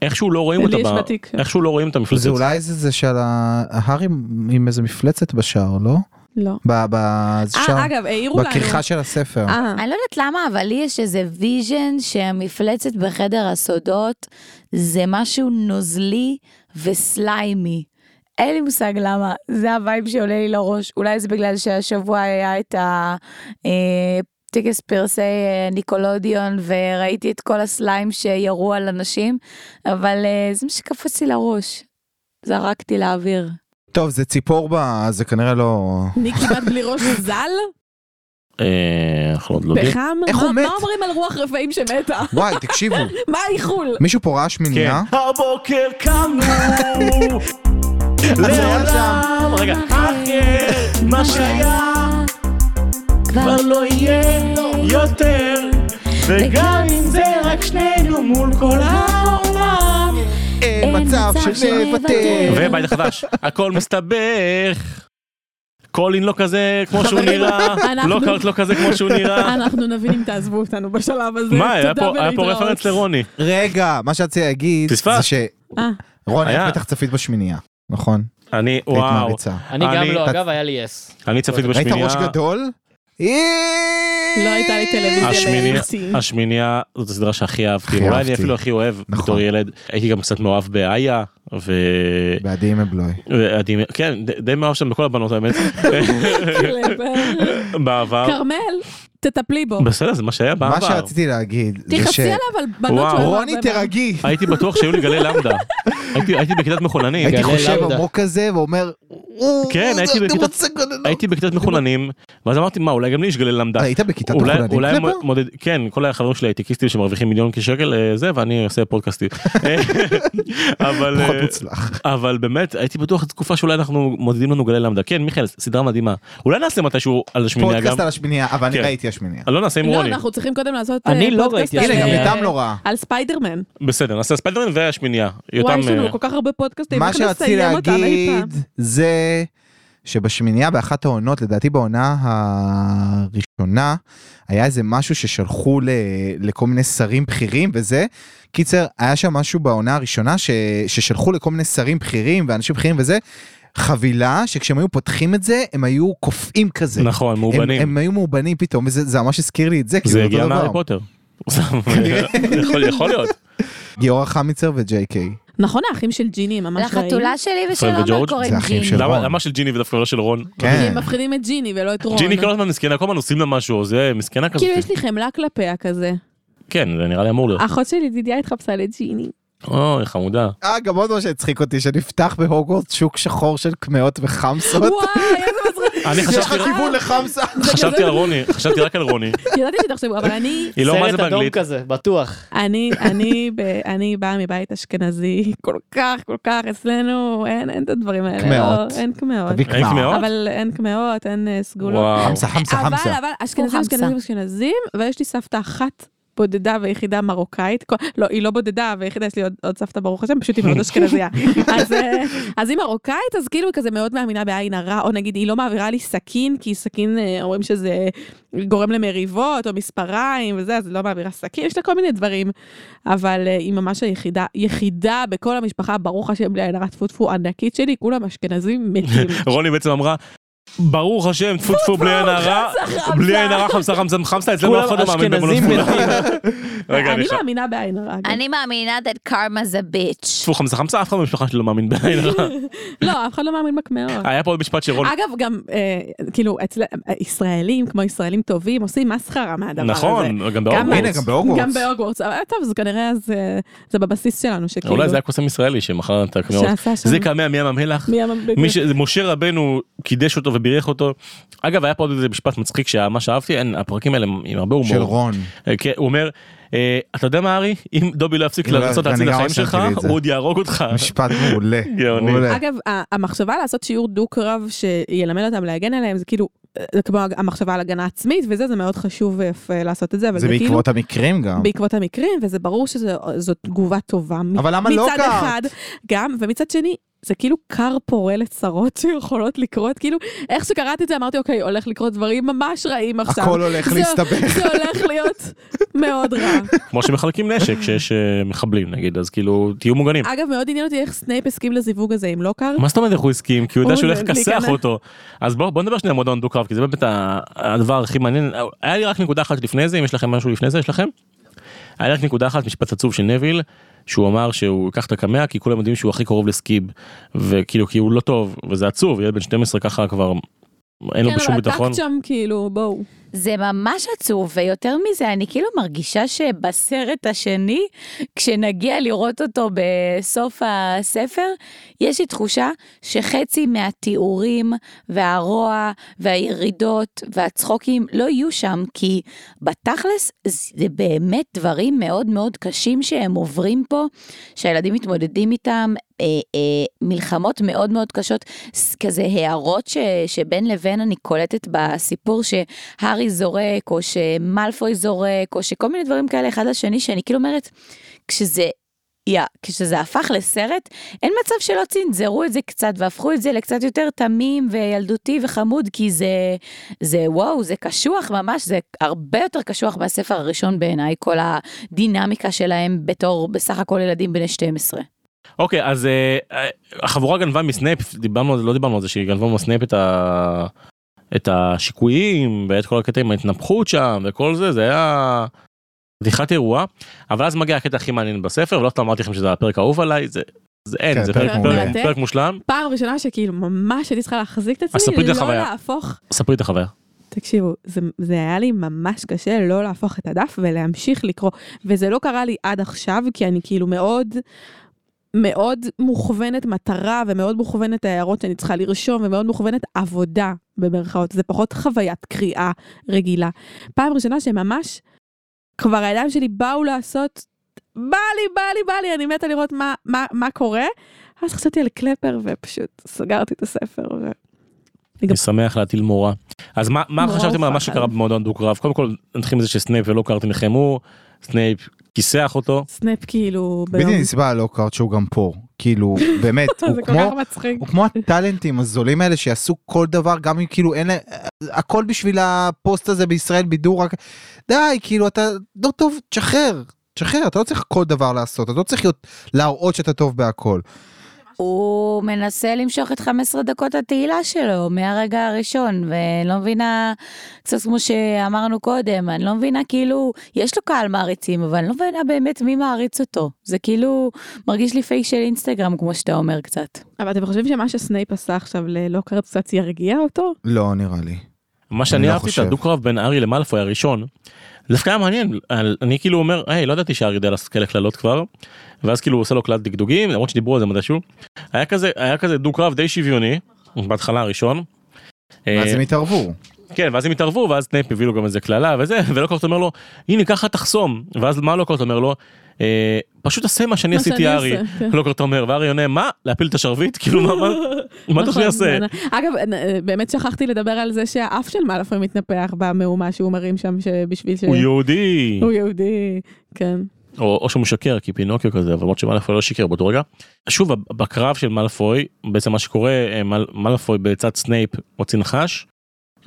S1: איכשהו לא רואים
S2: לי
S1: אותה,
S2: יש
S1: ב-
S2: בתיק.
S1: איכשהו לא רואים את המפלצת.
S5: זה אולי זה זה של ה- ההר עם עם איזה מפלצת בשער, לא?
S2: לא.
S5: ב- ב-
S2: אה,
S5: שער-
S2: אגב, העירו לנו.
S5: בכריכה של הספר.
S2: אה,
S6: אני לא יודעת למה, אבל לי יש איזה ויז'ן שהמפלצת בחדר הסודות זה משהו נוזלי וסליימי. אין לי מושג למה, זה הווייב שעולה לי לראש. אולי זה בגלל שהשבוע היה את ה... אה, טקס פרסי אה, ניקולודיון וראיתי את כל הסליים שירו על אנשים, אבל אה, זה מה שקפץ לי לראש. זרקתי לאוויר.
S5: טוב, זה ציפור ב... זה כנראה לא...
S2: אני כמעט בלי ראש זל,
S1: אה, אנחנו עוד לא יודעים.
S2: פחם.
S5: איך הוא
S2: מה-
S5: מת?
S2: מה אומרים על רוח רפאים שמתה?
S5: וואי, תקשיבו,
S2: מה האיחול?
S5: מישהו פה ראה שמיניה?
S1: כן. הבוקר קמנו, כן.
S2: לא,
S1: לעולם, רגע, אחר, מה שהיה כבר לא יהיה יותר, וגם אם זה רק שנינו מול כל העולם.
S5: אין מצב שנוותר.
S1: ובית חדש, הכל מסתבך. קולין לא כזה כמו שהוא נראה,
S2: אנחנו-
S1: לוקארט לא כזה כמו שהוא נראה.
S2: אנחנו נבין אם תעזבו אותנו בשלב הזה.
S1: מה, היה
S2: תודה
S1: פה- היה פה
S2: ולהתראות.
S1: רפרנס לרוני.
S5: רגע, מה שרציתי להגיד,
S1: פספס.
S5: זה שרון,
S2: אה,
S1: היה.
S5: את בטח צפית בשמינייה, נכון?
S1: אני,
S5: היית
S1: וואו,
S5: מעריצה.
S3: אני גם
S1: אני-
S3: לא,
S5: אתה-
S3: אגב, היה לי יס.
S1: אני צפיתי
S5: ראית
S1: בשמינייה.
S5: ראש גדול?
S2: לא הייתה לי טלוויזיה
S1: השמיניה-
S2: לארצי.
S1: השמיניה זאת הסדרה שהכי אהבתי,
S5: הכי
S1: אולי אני
S5: אהבתי.
S1: אפילו הכי אוהב
S5: נכון.
S1: בתור ילד. הייתי גם קצת מאוהב באיה, ו...
S5: בעדי עם הבלוי.
S1: ועדי- כן, ד- די מאוהב שם בכל הבנות האמת, בעבר.
S2: כרמל, תטפלי בו.
S1: בסדר, זה מה שהיה
S5: מה
S1: בעבר.
S5: שרציתי להגיד, זה
S2: תכעסי
S5: ש...
S2: עליו על בנות
S1: וואו.
S2: שהוא אוהב
S5: רוני
S2: הרבה מאוד.
S5: תרגי.
S1: הייתי בטוח שהיו לי גלי למדה. הייתי- הייתי בכיתת מחוננים.
S5: הייתי
S3: גלי
S5: חושב
S3: למדה.
S5: עמוק כזה ואומר, "או,
S1: כן,
S5: זה-
S1: הייתי
S5: אני
S1: בכיתת-
S5: רוצה גננות."
S1: הייתי בכיתת מחוננים, ואז אמרתי, מה, אולי גם לי יש גלי למדה.
S5: היית בכיתת
S1: אולי-
S5: מחוננים
S1: אולי הם
S5: קלפר?
S1: מודד, כן, כל החברים שלי הייטקיסטים שמרוויחים מיליון כשקל אה, זה, ואני עושה פודקאסטים. אבל...
S5: פחות
S1: אה,
S5: מוצלח.
S1: אבל באמת הייתי בטוח תקופה שאולי אנחנו מודדים לנו גלי למדה כן מיכאל סדרה מדהימה אולי נעשה מתישהו על השמיניה גם
S5: פודקאסט על השמינייה, אבל אני
S1: כן.
S5: ראיתי השמינייה.
S1: לא נעשה עם
S2: לא,
S1: רוני
S2: אנחנו צריכים קודם לעשות
S3: אני
S2: אה,
S3: לא
S2: פודקאסט
S3: ראיתי
S2: על-
S5: הנה, גם
S3: אה,
S5: איתם לא רעה.
S2: על ספיידרמן.
S1: בסדר נעשה ספיידרמן והשמיניה
S2: וואי,
S1: יותם,
S2: יש לנו
S1: אה,
S2: כל כך הרבה פודקאסטים,
S5: מה
S2: איך
S5: שרציתי
S2: נסיים אותם אי פעם?
S5: להגיד זה שבשמינייה באחת העונות, לדעתי בעונה הראשונה, היה איזה משהו ששלחו ל, לכל מיני שרים בכירים וזה. קיצר, היה שם משהו בעונה הראשונה ש, ששלחו לכל מיני שרים בכירים ואנשים בכירים וזה. חבילה שכשהם היו פותחים את זה הם היו קופאים כזה.
S1: נכון
S5: הם,
S1: מאובנים
S5: הם היו מאובנים פתאום וזה זה ממש הזכיר לי את זה. כי
S1: זה
S5: כאילו, אותו
S1: הגיע
S5: דבר.
S1: מהארי פוטר. יכול- יכול להיות
S5: גיורא חמיצר וג'יי קיי.
S2: נכון, האחים של ג'יני הם ממש רעים.
S6: לחתולה שלי ושל
S1: פרד
S6: עומר
S1: וג'ורג'?
S6: קוראים
S5: זה אחים
S6: ג'יני.
S5: של-
S1: למה
S5: כן, רון.
S1: למה של ג'יני ודווקא לא של רון
S2: כי
S5: כן.
S2: הם מפחידים את ג'יני ולא את רון.
S1: ג'יני לא כל הזמן מסכנה כל הזמן עושים לה משהו זה מסכנה כזאת
S2: כאילו יש לי אה. חמלה כלפיה כזה.
S1: כן זה נראה לי אמור להיות
S2: אחות שלי ידידיה התחפשה לג'יני.
S1: אוי חמודה
S5: אה, גם עוד מה שהצחיק אותי, שנפתח בהוגוורט שוק שחור של קמעות וחמסות.
S2: וואי, איזה מצחיק.
S1: אני
S5: יש לך
S1: חשבתי
S5: כיוון לחמסה.
S1: חשבתי על רוני חשבתי רק על רוני
S2: ידעתי שתחשבו, אבל אני...
S1: היא לא מה זה
S3: סרט אדום
S1: באנגלית
S3: כזה, בטוח.
S2: אני, אני, ב, אני באה מבית אשכנזי, כל כך, כל כך, אצלנו אין, אין את הדברים האלה.
S5: קמעות.
S2: לא, אין קמעות.
S5: תביא
S1: אין קמעות?
S2: אבל אין קמעות, אין אה, סגולות.
S1: וואו
S5: חמסה, חמסה,
S2: אבל,
S5: חמסה.
S2: אבל, אשכנזים,
S6: חמסה.
S2: אשכנזים, אשכנזים, ויש לי סבתא אחת. בודדה ויחידה מרוקאית, כל- לא, היא לא בודדה ויחידה, יש לי עוד, עוד סבתא ברוך השם, פשוט היא מאוד אשכנזייה. אז, אה, אז היא מרוקאית, אז כאילו היא כזה מאוד מאמינה בעין הרע, או נגיד היא לא מעבירה לי סכין, כי סכין, אה, אומרים שזה גורם למריבות, או מספריים וזה, אז היא לא מעבירה סכין, יש לה כל מיני דברים. אבל אה, היא ממש היחידה, יחידה בכל המשפחה, ברוך השם, בלי עין הרע, טפו טפו ענקית שלי, כולם אשכנזים מתים.
S1: רוני בעצם אמרה, ברוך השם, טפו טפו, בלי עין הרע,
S2: חמסה, חמסה."
S1: בלי עין הרע, חמסה חמסה חמסה, אצלנו אף אחד לא מאמין במונות
S3: אשכנזים
S1: תמונה.
S3: מתים.
S1: רגע, אני
S2: אני לא-
S1: חי-
S2: מאמינה בעין הרע. גם.
S6: אני מאמינה that karma is a bitch.
S1: טפו חמסה חמסה, אף אחד במשפחה שלי לא מאמין בעין הרע.
S2: לא, אף אחד לא מאמין בקמעות.
S1: היה פה עוד משפט שרון,
S2: אגב, גם, אה, כאילו, אצל אה, ישראלים, כמו ישראלים טובים, עושים מסחרה מהדבר הזה.
S1: נכון, גם
S5: הנה,
S1: בהוגוורטס.
S5: גם בהוגוורטס.
S2: גם בהוגוורטס. אבל טוב, זה כנראה, זה- זה בבסיס שלנו, שכאילו...
S1: אולי זה היה קוסם ישראלי שמכר את הקנאות.
S2: שעשה שם.
S1: זה קמע מים המלח.
S2: מי אמר-
S1: מי ש... משה רבנו קידש אותו ובירך אותו. אגב, היה פה עוד איזה משפט מצחיק שממש אהבתי, אין, הפרקים האלה הם עם הרבה הומור.
S5: של רון.
S1: אה, כן, הוא אומר, אה, אתה יודע מה ארי? אם דובי לא יפסיק
S5: אם לא,
S1: לרצות
S5: אני
S1: להציל
S5: גם
S1: את החיים
S5: רשמתי
S1: שלך,
S5: לי את זה.
S1: הוא עוד יהרוג אותך.
S5: משפט מעולה.
S1: גאוני.
S5: מעולה.
S2: אגב, ה- המחשבה לעשות שיעור דו-קרב שילמד אותם להגן עליהם, זה כאילו, אה, זה כמו המחשבה על הגנה עצמית וזה, זה מאוד חשוב ויפה לעשות את זה, אבל
S5: זה
S2: זה כאילו...
S5: בעקבות המקרים גם.
S2: בעקבות המקרים, וזה ברור שזו תגובה טובה.
S5: אבל למה לא
S2: מצד
S5: קרת?
S2: אחד, גם, ומצד שני, זה כאילו כר פורה לצרות שיכולות לקרות, כאילו, איך שקראתי את זה אמרתי, אוקיי, הולך לקרות דברים ממש רעים עכשיו.
S5: הכל הולך
S2: זה-
S5: להסתבך.
S2: זה הולך להיות מאוד רע.
S1: כמו שמחלקים נשק כשיש אה, מחבלים נגיד, אז כאילו, תהיו מוגנים.
S2: אגב, מאוד עניין אותי איך סנייפ הסכים לזיווג הזה לא עם לוקארט.
S1: מה זאת אומרת איך הוא הסכים? כי הוא יודע
S2: הוא
S1: שהוא הולך
S2: הולך
S1: לכסח
S2: להיכנס.
S1: אותו. אז בואו בוא נדבר שנייה על מועדון דו-קרב, כי זה באמת ה- הדבר הכי מעניין. היה לי רק נקודה אחת לפני זה, אם יש לכם משהו לפני זה, יש לכם? היה לי רק נקודה אחת, משפט עצוב של נביל, שהוא אמר שהוא ייקח את הקמע, כי כולם יודעים שהוא הכי קרוב לסקיב, וכאילו, כי הוא לא טוב, וזה עצוב, ילד בן 12 ככה כבר, אין לו
S2: כן,
S1: שום
S2: אבל
S1: ביטחון.
S2: הטקט שם, כאילו, בואו.
S6: זה ממש עצוב, ויותר מזה, אני כאילו מרגישה שבסרט השני, כשנגיע לראות אותו בסוף הספר, יש לי תחושה שחצי מהתיאורים והרוע והירידות והצחוקים לא יהיו שם, כי בתכלס זה באמת דברים מאוד מאוד קשים שהם עוברים פה, שהילדים מתמודדים איתם, אה, אה, מלחמות מאוד מאוד קשות, ס- כזה הערות ש, שבין לבין אני קולטת בסיפור שהארי זורק, או שמלפוי זורק, או שכל מיני דברים כאלה אחד לשני, שאני כאילו אומרת, כשזה... יא, כשזה הפך לסרט, אין מצב שלא צנזרו את זה קצת והפכו את זה לקצת יותר תמים וילדותי וחמוד, כי זה, זה וואו, זה קשוח ממש, זה הרבה יותר קשוח מהספר הראשון בעיניי, כל הדינמיקה שלהם בתור בסך הכל ילדים בני 12.
S1: אוקיי, אז אה, אה, החבורה גנבה מסנאפ, דיברנו על זה, לא דיברנו על זה, שהיא גנבה מסנאפ את ה... את השיקויים ואת כל הקטע עם ההתנפחות שם וכל זה, זה היה בדיחת אירוע. אבל אז מגיע הקטע הכי מעניין בספר, ולא סתם אמרתי לכם שזה הפרק האהוב עליי, זה, זה אין,
S5: כן,
S1: זה
S5: פרק
S1: פרק, פרק,
S5: מעולה.
S1: פרק, פרק מושלם.
S2: פעם ראשונה שכאילו ממש הייתי צריכה להחזיק את
S1: אז
S2: עצמי,
S1: ספרי את
S2: לא
S1: החוויה.
S2: להפוך.
S1: ספרי את החוויה.
S2: תקשיבו, זה, זה היה לי ממש קשה לא להפוך את הדף ולהמשיך לקרוא, וזה לא קרה לי עד עכשיו, כי אני כאילו מאוד... מאוד מוכוונת מטרה ומאוד מוכוונת ההערות שאני צריכה לרשום ומאוד מוכוונת עבודה במרכאות, זה פחות חוויית קריאה רגילה. פעם ראשונה שממש כבר הידיים שלי באו לעשות, בא לי, בא לי, בא לי, אני מתה לראות מה, מה, מה קורה. אז חשבתי על קלפר ופשוט סגרתי את הספר. ו... גם-
S1: אני שמח להטיל מורה. אז מה, מה
S2: מורה
S1: חשבתם על מה
S2: ופחד.
S1: שקרה במועדון דו-קרב? קודם כל נתחיל מזה שסנייפ ולא קארט נלחמו, סנייפ כיסח אותו.
S2: סנאפ כאילו ביום.
S5: בלתי נסבל לוקארט שהוא גם פה. כאילו, באמת,
S2: זה
S5: הוא
S2: כל כך
S5: כמו...
S2: מצחיק.
S5: הוא כמו הטאלנטים הזולים האלה שיעשו כל דבר גם אם כאילו אין להם הכל בשביל הפוסט הזה בישראל בידור רק די כאילו אתה לא טוב תשחרר תשחרר אתה לא צריך כל דבר לעשות אתה לא צריך להיות להראות שאתה טוב בהכל.
S6: הוא מנסה למשוך את 15 דקות התהילה שלו מהרגע הראשון, ואני לא מבינה, קצת כמו שאמרנו קודם, אני לא מבינה כאילו, יש לו קהל מעריצים, אבל אני לא מבינה באמת מי מעריץ אותו. זה כאילו מרגיש לי פייק של אינסטגרם, כמו שאתה אומר קצת.
S2: אבל אתם חושבים שמה שסנייפ עשה עכשיו ללוקארט קצת ירגיע אותו?
S5: לא נראה לי.
S1: מה שאני
S5: לא
S1: אהבתי את
S5: חושב.
S1: הדו-קרב בין ארי למלפוי הראשון. דווקא היה מעניין על- אני כאילו אומר היי לא ידעתי שארי יודע לעשות כאלה קללות כבר. ואז כאילו הוא עושה לו קללת דגדוגים למרות שדיברו על זה מתישהו. היה כזה היה כזה דו-קרב די שוויוני בהתחלה הראשון.
S5: אז
S1: אה,
S5: הם התערבו.
S1: כן ואז הם התערבו ואז סנייפ הביא לו גם איזה קללה וזה ולוקארט אומר לו הנה ככה תחסום ואז מה לוקארט אומר לו "אה, פשוט תעשה מה שאני
S2: מה שאני
S1: עשיתי ארי
S2: אעשה, כן.
S1: לוקארט אומר וארי עונה מה להפיל את השרביט כאילו מה מה מה אתה
S2: נכון,
S1: שיעשה
S2: זה- אגב, אה, באמת שכחתי לדבר על זה שהאף של מאלפוי מתנפח במהומה שהוא מרים שם, שבשביל ש...
S1: הוא יהודי
S2: הוא יהודי, כן.
S1: או, או שהוא משקר כי פינוקיו כזה אבל למרות שמאלפוי לא שיקר באותו רגע. שוב ב- בקרב של מאלפוי בעצם מה שקורה אה, מאל- מאלפוי בצד סנייפ מוציא נחש.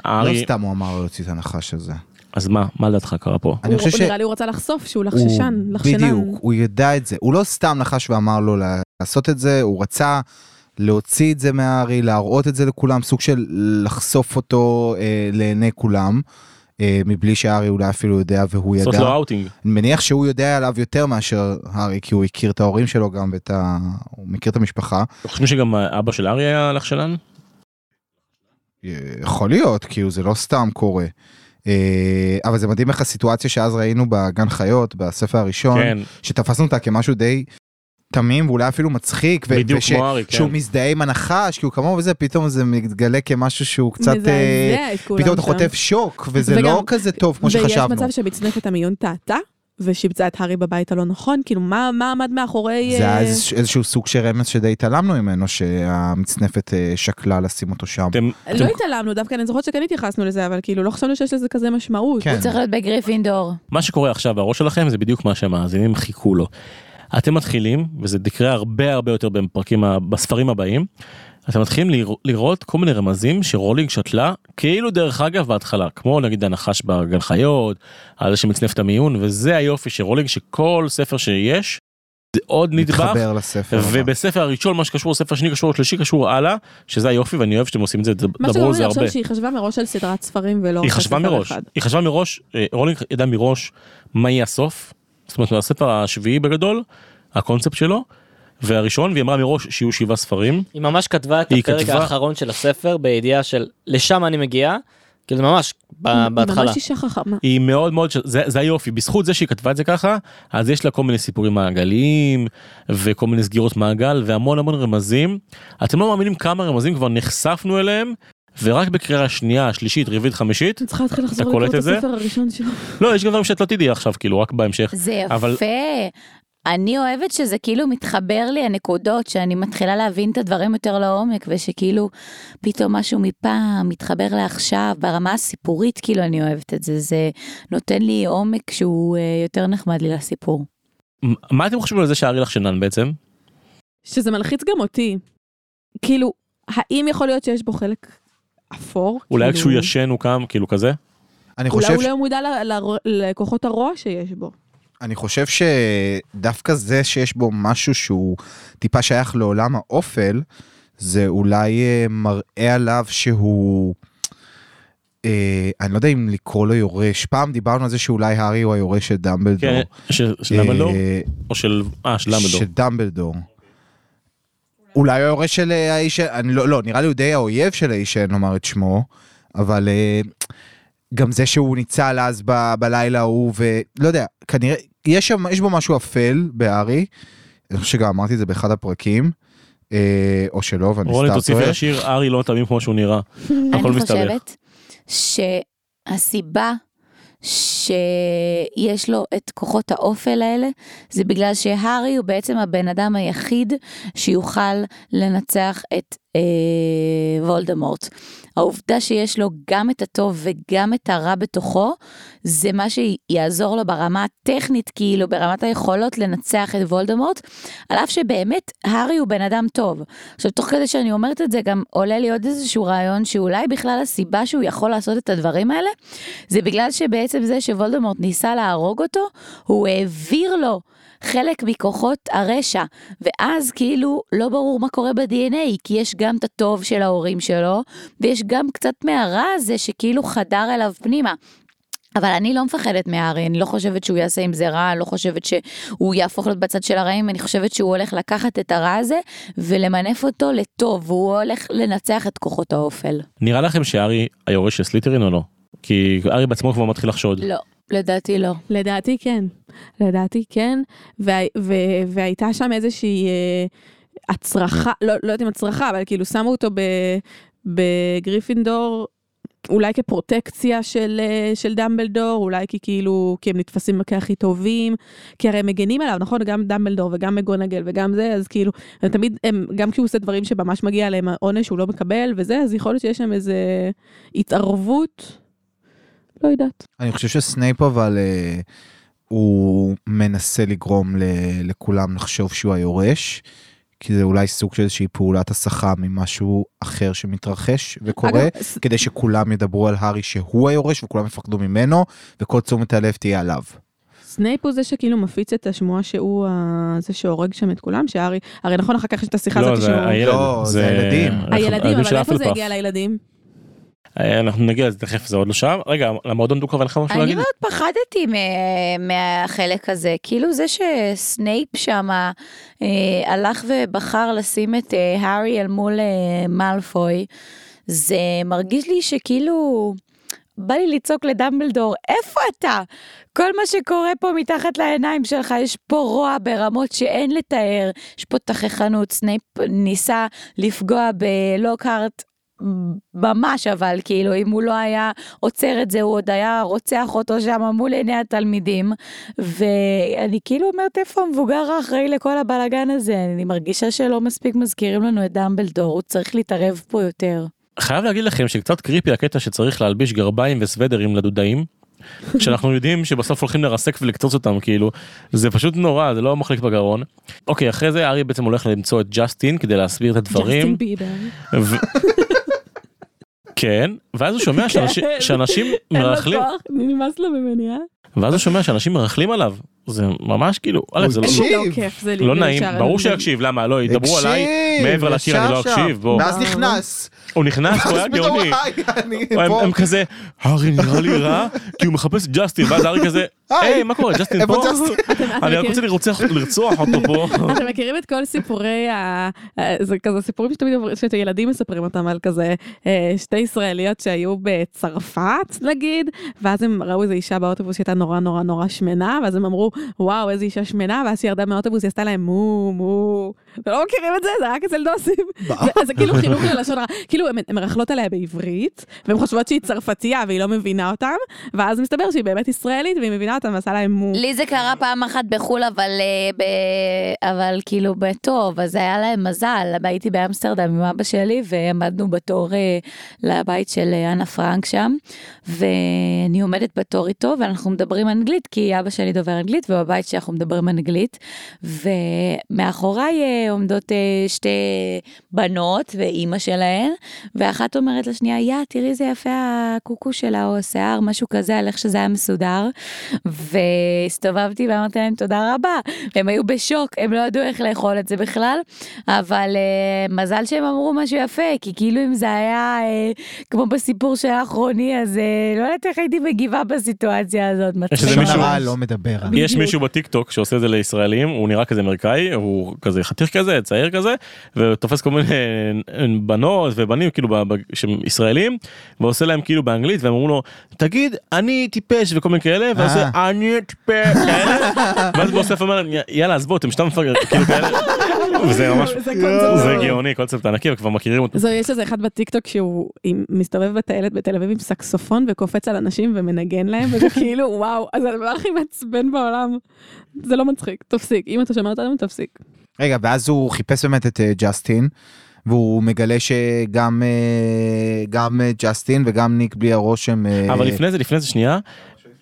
S5: לא
S1: הארי,
S5: סתם הוא אמר לו להוציא את הנחש הזה.
S1: אז מה מה לדעתך קרה פה?
S5: אני
S2: הוא-
S5: חושב ש...
S2: נראה לי הוא רצה לחשוף שהוא לחששן,
S5: הוא-
S2: לחשנן.
S5: בדיוק, הוא ידע את זה. הוא לא סתם נחש ואמר לו לעשות את זה, הוא רצה להוציא את זה מהארי, להראות את זה לכולם, סוג של לחשוף אותו אה, לעיני כולם, אה, מבלי שהארי אולי אפילו יודע והוא
S1: זאת
S5: ידע.
S1: לא אאוטינג.
S5: אני מניח שהוא יודע עליו יותר מאשר הארי, כי הוא הכיר את ההורים שלו גם ואת ה... הוא מכיר את המשפחה.
S1: חושבים שגם אה, אבא של ארי היה לחשנן?
S5: אה, יכול להיות, כאילו זה לא סתם קורה. אה, אבל זה מדהים איך הסיטואציה שאז ראינו בגן חיות, בספר הראשון,
S1: כן
S5: שתפסנו אותה כמשהו די תמים ואולי אפילו מצחיק. ו-
S1: בדיוק
S5: וש-
S1: כמו ארי. כן.
S5: שהוא מזדהה עם הנחש, כי הוא כמוהו וזה, פתאום זה מתגלה כמשהו שהוא קצת... אה,
S2: מזעזע את כולם
S5: פתאום אתה
S2: שם.
S5: חוטף שוק, וזה
S2: וגם-
S5: לא כזה טוב כמו
S2: ויש
S5: שחשבנו.
S2: מצב שמצנפת המיון טעתה, ושיבצה את הארי בבית הלא נכון, כאילו מה מה עמד מאחורי...
S5: זה היה
S2: אה,
S5: איז- איזשהו סוג של רמז שדי התעלמנו ממנו, שהמצנפת אה, שקלה לשים אותו שם.
S1: אתם
S2: לא התעלמנו, דווקא אני זוכרת שכן התייחסנו לזה, אבל כאילו לא חשבנו שיש לזה כזה משמעות.
S5: כן.
S6: הוא צריך להיות בגריפינדור.
S1: מה שקורה עכשיו בראש שלכם זה בדיוק מה שהמאזינים חיכו לו. אתם מתחילים, וזה יקרה הרבה הרבה יותר בפרקים, ה- בספרים הבאים, אתם מתחילים לרא- לראות כל מיני רמזים שרולינג שתלה, כאילו דרך אגב בהתחלה, כמו נגיד הנחש בגן חיות, על זה שמצנף את המיון, וזה היופי של רולינג, שכל ספר שיש, זה עוד נדבך.
S5: מתחבר לספר. הבא.
S1: ובספר הראשון מה שקשור לספר השני קשור לשלישי קשור הלאה שזה היופי ואני אוהב שאתם עושים את זה
S2: מה
S1: דברו
S2: שגורם
S1: על
S2: לי
S1: זה הרבה.
S2: לחשוב שהיא חשבה מראש על סדרת ספרים ולא
S1: היא
S2: רק על
S1: חשבה
S2: לא ספר
S1: מראש,
S2: אחד.
S1: היא חשבה מראש, אה, רולינג ידעה מראש מה יהיה הסוף, זאת אומרת מהספר השביעי בגדול, הקונספט שלו, והראשון, והיא אמרה מראש שיהיו שבעה ספרים,
S3: היא ממש כתבה את
S1: היא
S3: הפרק
S1: כתבה-
S3: האחרון של הספר בידיעה של לשם אני מגיעה, כאילו זה ממש ב- בהתחלה.
S2: ממש אישה חכמה.
S1: אה, היא מאוד מאוד, ש- זה, זה היופי, בזכות זה שהיא כתבה את זה ככה, אז יש לה כל מיני סיפורים מעגליים, וכל מיני סגירות מעגל, והמון המון רמזים. אתם לא מאמינים כמה רמזים כבר נחשפנו אליהם, ורק בקריאה שנייה, שלישית, רביעית, חמישית,
S2: אני צריכה להתחיל לחזור
S1: קולט
S2: לקרוא את
S1: את זה?
S2: הספר הראשון שלו.
S1: לא, יש גם דברים שאת לא תדעי עכשיו, כאילו, רק בהמשך.
S6: זה יפה.
S1: אבל-
S6: אבל... אני אוהבת שזה כאילו מתחבר לי הנקודות, שאני מתחילה להבין את הדברים יותר לעומק, ושכאילו פתאום משהו מפעם מתחבר לעכשיו, ברמה הסיפורית, כאילו אני אוהבת את זה, זה נותן לי עומק שהוא אה, יותר נחמד לי לסיפור.
S1: מ- מה אתם חושבים על זה שארי לך שנן בעצם?
S2: שזה מלחיץ גם אותי. כאילו, האם יכול להיות שיש בו חלק אפור?
S1: אולי
S2: כאילו,
S1: כשהוא ישן הוא קם, כאילו כזה?
S5: אני
S2: אולי
S5: חושב
S2: הוא לא מודע ל- ל- לכוחות הרוע שיש בו.
S5: אני חושב שדווקא זה שיש בו משהו שהוא טיפה שייך לעולם האופל, זה אולי אה, מראה עליו שהוא... אה, אני לא יודע אם לקרוא לו יורש, פעם דיברנו על זה שאולי הארי הוא היורש של דמבלדור.
S1: כן, ש- של למדור?
S5: לא. אה,
S1: או של... אה, של למדור.
S5: של דמבלדור. אולי הוא היורש של אה, האיש, אני לא, לא, נראה לי הוא די האויב של האיש שאין לומר את שמו, אבל אה, גם זה שהוא ניצל אז ב, בלילה ההוא, ולא יודע, כנראה, יש, שם, יש בו משהו אפל בארי, אני חושב שגם אמרתי את זה באחד הפרקים, אה, או שלא, ואני
S1: רולינג
S5: סתם
S1: תוסיף
S5: טועה.
S1: לשיר, ארי לא תמים כמו שהוא נראה. הכל
S6: אני
S1: מסתבך.
S6: חושבת שהסיבה שיש לו את כוחות האופל האלה, זה בגלל שהארי הוא בעצם הבן אדם היחיד שיוכל לנצח את אה, וולדמורט. העובדה שיש לו גם את הטוב וגם את הרע בתוכו, זה מה שיעזור לו ברמה הטכנית, כאילו ברמת היכולות לנצח את וולדמורט, על אף שבאמת הארי הוא בן אדם טוב. עכשיו, תוך כדי שאני אומרת את זה, גם עולה לי עוד איזשהו רעיון, שאולי בכלל הסיבה שהוא יכול לעשות את הדברים האלה, זה בגלל שבעצם זה שוולדמורט ניסה להרוג אותו, הוא העביר לו חלק מכוחות הרשע, ואז כאילו לא ברור מה קורה ב-DNA, כי יש גם את הטוב של ההורים שלו, ויש גם קצת מהרע הזה שכאילו חדר אליו פנימה. אבל אני לא מפחדת מהארי, אני לא חושבת שהוא יעשה עם זה רע, אני לא חושבת שהוא יהפוך להיות בצד של הרעים, אני חושבת שהוא הולך לקחת את הרע הזה ולמנף אותו לטוב, והוא הולך לנצח את כוחות האופל.
S1: נראה לכם שארי היורש של סליטרין או לא? כי ארי בעצמו כבר מתחיל לחשוד.
S6: לא, לדעתי לא.
S2: לדעתי כן. לדעתי כן, וה, ו, והייתה שם איזושהי אה, הצרחה, לא, לא יודעת אם הצרחה, אבל כאילו שמו אותו ב, בגריפינדור. אולי כפרוטקציה של, אה, של דמבלדור, אולי כי כאילו, כי הם נתפסים כהכי טובים, כי הרי הם מגנים עליו, נכון? גם דמבלדור וגם מגונגל וגם זה, אז כאילו, הם תמיד, הם, גם כשהוא עושה דברים שממש מגיע להם העונש, הוא לא מקבל וזה, אז יכול להיות שיש שם איזה התערבות, לא יודעת.
S5: אני חושב שסנייפ אבל אה, הוא מנסה לגרום ל, לכולם לחשוב שהוא היורש. כי זה אולי סוג של איזושהי פעולת הסחה ממשהו אחר שמתרחש וקורה, אגב,
S2: אגב, ס-
S5: כדי שכולם ידברו על הארי שהוא היורש וכולם יפחדו ממנו, וכל תשומת הלב תהיה עליו.
S2: סנייפ הוא זה שכאילו מפיץ את השמועה שהוא ה- זה שהורג שם את כולם, שהארי, הרי נכון אחר כך יש את השיחה הזאת שהוא...
S1: הילד.
S5: לא, זה הילדים.
S2: הילדים,
S1: של
S2: אבל איפה זה
S1: האפלפאף.
S2: הגיע לילדים?
S1: אה, אנחנו נגיע לזה תכף, זה עוד לא שם. רגע, למועדון דו-קרב אין לך משהו
S6: אני
S1: להגיד?
S6: מאוד פחדתי מה- מהחלק הזה, כאילו זה שסנייפ שם אה, הלך ובחר לשים את אה, הארי אל מול אה, מאלפוי, זה מרגיש לי שכאילו... בא לי לצעוק לדמבלדור, איפה אתה? כל מה שקורה פה מתחת לעיניים שלך, יש פה רוע ברמות שאין לתאר, יש פה תככנות, סנייפ ניסה לפגוע בלוקהארט ממש אבל כאילו אם הוא לא היה עוצר את זה הוא עוד היה רוצח אותו שם מול עיני התלמידים ואני כאילו אומרת איפה המבוגר האחראי לכל הבלגן הזה אני מרגישה שלא מספיק מזכירים לנו את דמבלדור הוא צריך להתערב פה יותר.
S1: חייב להגיד לכם שקצת קריפי הקטע שצריך להלביש גרביים וסוודרים לדודאים. שאנחנו יודעים שבסוף הולכים לרסק ולקצוץ אותם כאילו זה פשוט נורא זה לא מחליק בגרון. אוקיי אחרי זה ארי בעצם הולך למצוא את ג'סטין כדי להסביר את הדברים.
S2: ג'סטין ביבר.
S1: ו... כן ואז הוא שומע שאנשים,
S2: כן.
S1: שאנשים
S2: אין לו
S1: מרכלים
S2: כוח, נמאס לו ממני, אה?
S1: ואז הוא שומע שאנשים מרכלים עליו זה ממש כאילו א', זה לא,
S5: הקשיב.
S2: לא כיף, זה לי.
S1: לא
S2: זה
S1: נעים
S2: ישר-
S1: ברור שיקשיב למה לא ידברו עליי מעבר לשיר אני לא אקשיב בוא
S5: ואז נכנס.
S1: הוא נכנס הוא היה
S5: ואז פתאום,
S1: גאוני.
S5: היי, אני
S1: הם,
S5: כן, פה.
S1: הם כזה, הארי נראה לי רע, כי הוא מחפש את ג'סטין, ואז הארי כזה,
S5: היי,
S1: היי, מה קורה, ג'סטין
S5: איפה
S1: פה?
S5: ג'סטין?"
S1: אני רק רוצה לרצוח- לרצוח אותו פה.
S2: אתם מכירים את כל סיפורי ה... אה, זה כזה סיפורים שתמיד אומרים- שילדים מספרים אותם על כזה אה, שתי ישראליות שהיו בצרפת נגיד, ואז הם ראו איזו אישה באוטובוס שהייתה נורא נורא נורא שמנה, ואז הם אמרו וואו איזו אישה שמנה, ואז שהיא ירדה מהאוטובוס היא עשתה להם מו מו. אתם לא מכירים את זה? זה רק אצל דוסים. זה- זה כאילו חינוך ללשון רע. כאילו הן- הן מרכלות עליה בעברית, והן חושבות שהיא צרפתייה והיא לא מבינה אותם, ואז מסתבר שהיא באמת ישראלית והיא מבינה אותם ועשה להם מו.
S6: לי זה קרה פעם אחת בחו"ל, אבל, אה, ב... אבל כאילו בטוב, אז היה להם מזל. הייתי באמסטרדם עם אבא שלי, ועמדנו בתור אה, לבית של אה, אנה פרנק שם, ואני עומדת בתור איתו, ואנחנו מדברים אנגלית, כי אבא שלי דובר אנגלית, ובבית שאנחנו מדברים אנגלית, ומאחוריי אה, עומדות אה, שתי בנות ואימא שלהן, ואחת אומרת לשנייה, יא, תראי איזה יפה הקוקו שלה, או השיער, משהו כזה, על איך שזה היה מסודר. והסתובבתי ואמרתי להם תודה רבה. הם היו בשוק, הם לא ידעו איך לאכול את זה בכלל, אבל uh, מזל שהם אמרו משהו יפה, כי כאילו אם זה היה uh, כמו בסיפור של האחרוני, אז uh, לא יודעת איך הייתי מגיבה בסיטואציה הזאת.
S1: יש איזה
S5: לשון
S1: מישהו-
S5: הרע לא מדבר. עליו.
S1: יש מישהו בטיקטוק שעושה את זה לישראלים, הוא נראה כזה אמריקאי, הוא כזה חתיך כזה, צעיר כזה, ותופס כל מיני אה, בנות ובנים כאילו ב- ב- שהם ישראלים, ועושה להם כאילו באנגלית, והם אומרים לו, תגיד, אני טיפש וכל מיני
S5: אה.
S1: כאלה, ואז הוא עושה, אני טיפש, כאלה, ואז בסוף אומר להם, "י- יאללה, אז בואו, אתם שתם מפגר, כאילו כאלה, וזה ממש,
S2: זה קונספט.
S1: זה גאוני, קונספט ענקי, וכבר מכירים אותו.
S2: זו, יש איזה אחד בטיקטוק שהוא עם- מסתובב בטיילת בתל אביב עם סקסופון וקופץ על אנשים ומנגן להם, וזה כאילו, וואו, אז זה הדבר הכי מעצבן בעולם. זה לא מצחיק, תפסיק. אם אתה שומע אותנו, תפסיק.
S5: רגע, ואז הוא חיפש באמת את אה, ג'סטין, והוא מגלה שגם אה, גם אה, ג'סטין וגם ניק בלי הרושם... אה,
S1: אבל לפני זה לפני זה שנייה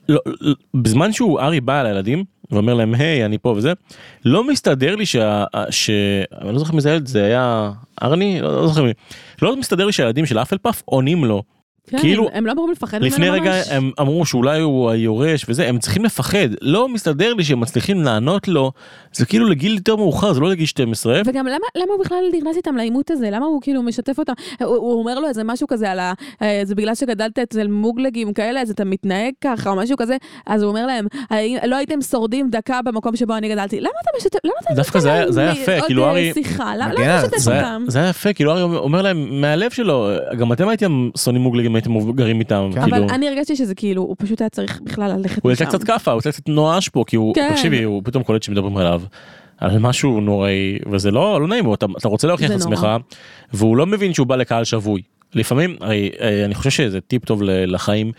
S1: לא, לא, בזמן שהוא ארי בא על הילדים ואומר להם היי אני פה וזה לא מסתדר לי שה... ש... אני לא זוכר מי זה הילד זה היה ארני לא, לא זוכר מי לא מסתדר לי שהילדים של אפל פאף עונים לו
S2: כן,
S1: כאילו,
S2: הם- הם לא אמורים לפחד ממנו ממש.
S1: לפני רגע הם אמרו שאולי הוא היורש וזה הם צריכים לפחד לא מסתדר לי שהם מצליחים לענות לו זה כאילו לגיל יותר מאוחר זה לא לגיל 12
S2: וגם למה, למה הוא בכלל נכנס איתם לעימות הזה? למה הוא כאילו משתף אותם? הוא, הוא אומר לו איזה משהו כזה על ה... אה, זה בגלל שגדלת אצל מוגלגים כאלה, אז אתה מתנהג ככה או משהו כזה, אז הוא אומר להם, "האם- לא הייתם שורדים דקה במקום שבו אני גדלתי. למה אתה משתף... למה אתה...
S1: דווקא זה היה- זה היה יפה,
S2: עוד,
S1: כאילו,
S2: אה,
S1: ארי-
S2: שיחה, למה
S5: מגן
S2: למה
S5: על-
S2: אתה משתף
S1: זה, היה-
S2: אותם?
S1: זה היה יפה כאילו ארי אומר להם מהלב שלו גם אתם הייתם שונאים מוגלגים הייתם גרים איתם
S5: כן.
S1: כאילו.
S2: אבל אני הרגשתי שזה כאילו, הוא פשוט היה צריך בכלל ללכת
S1: הוא
S2: לשם.
S1: יצא קצת כאפה, הוא יצא קצת נואש פה, כי הוא,
S2: כן.
S1: תקשיבי, הוא פתאום קולט שמדברים עליו. על משהו נוראי, וזה לא, לא נעים, אתה, אתה רוצה להוכיח את
S2: זה
S1: עצמך,
S2: נורא.
S1: והוא לא מבין שהוא בא לקהל שבוי. לפעמים, הרי, אה, אני חושב שזה טיפ טוב ל- לחיים,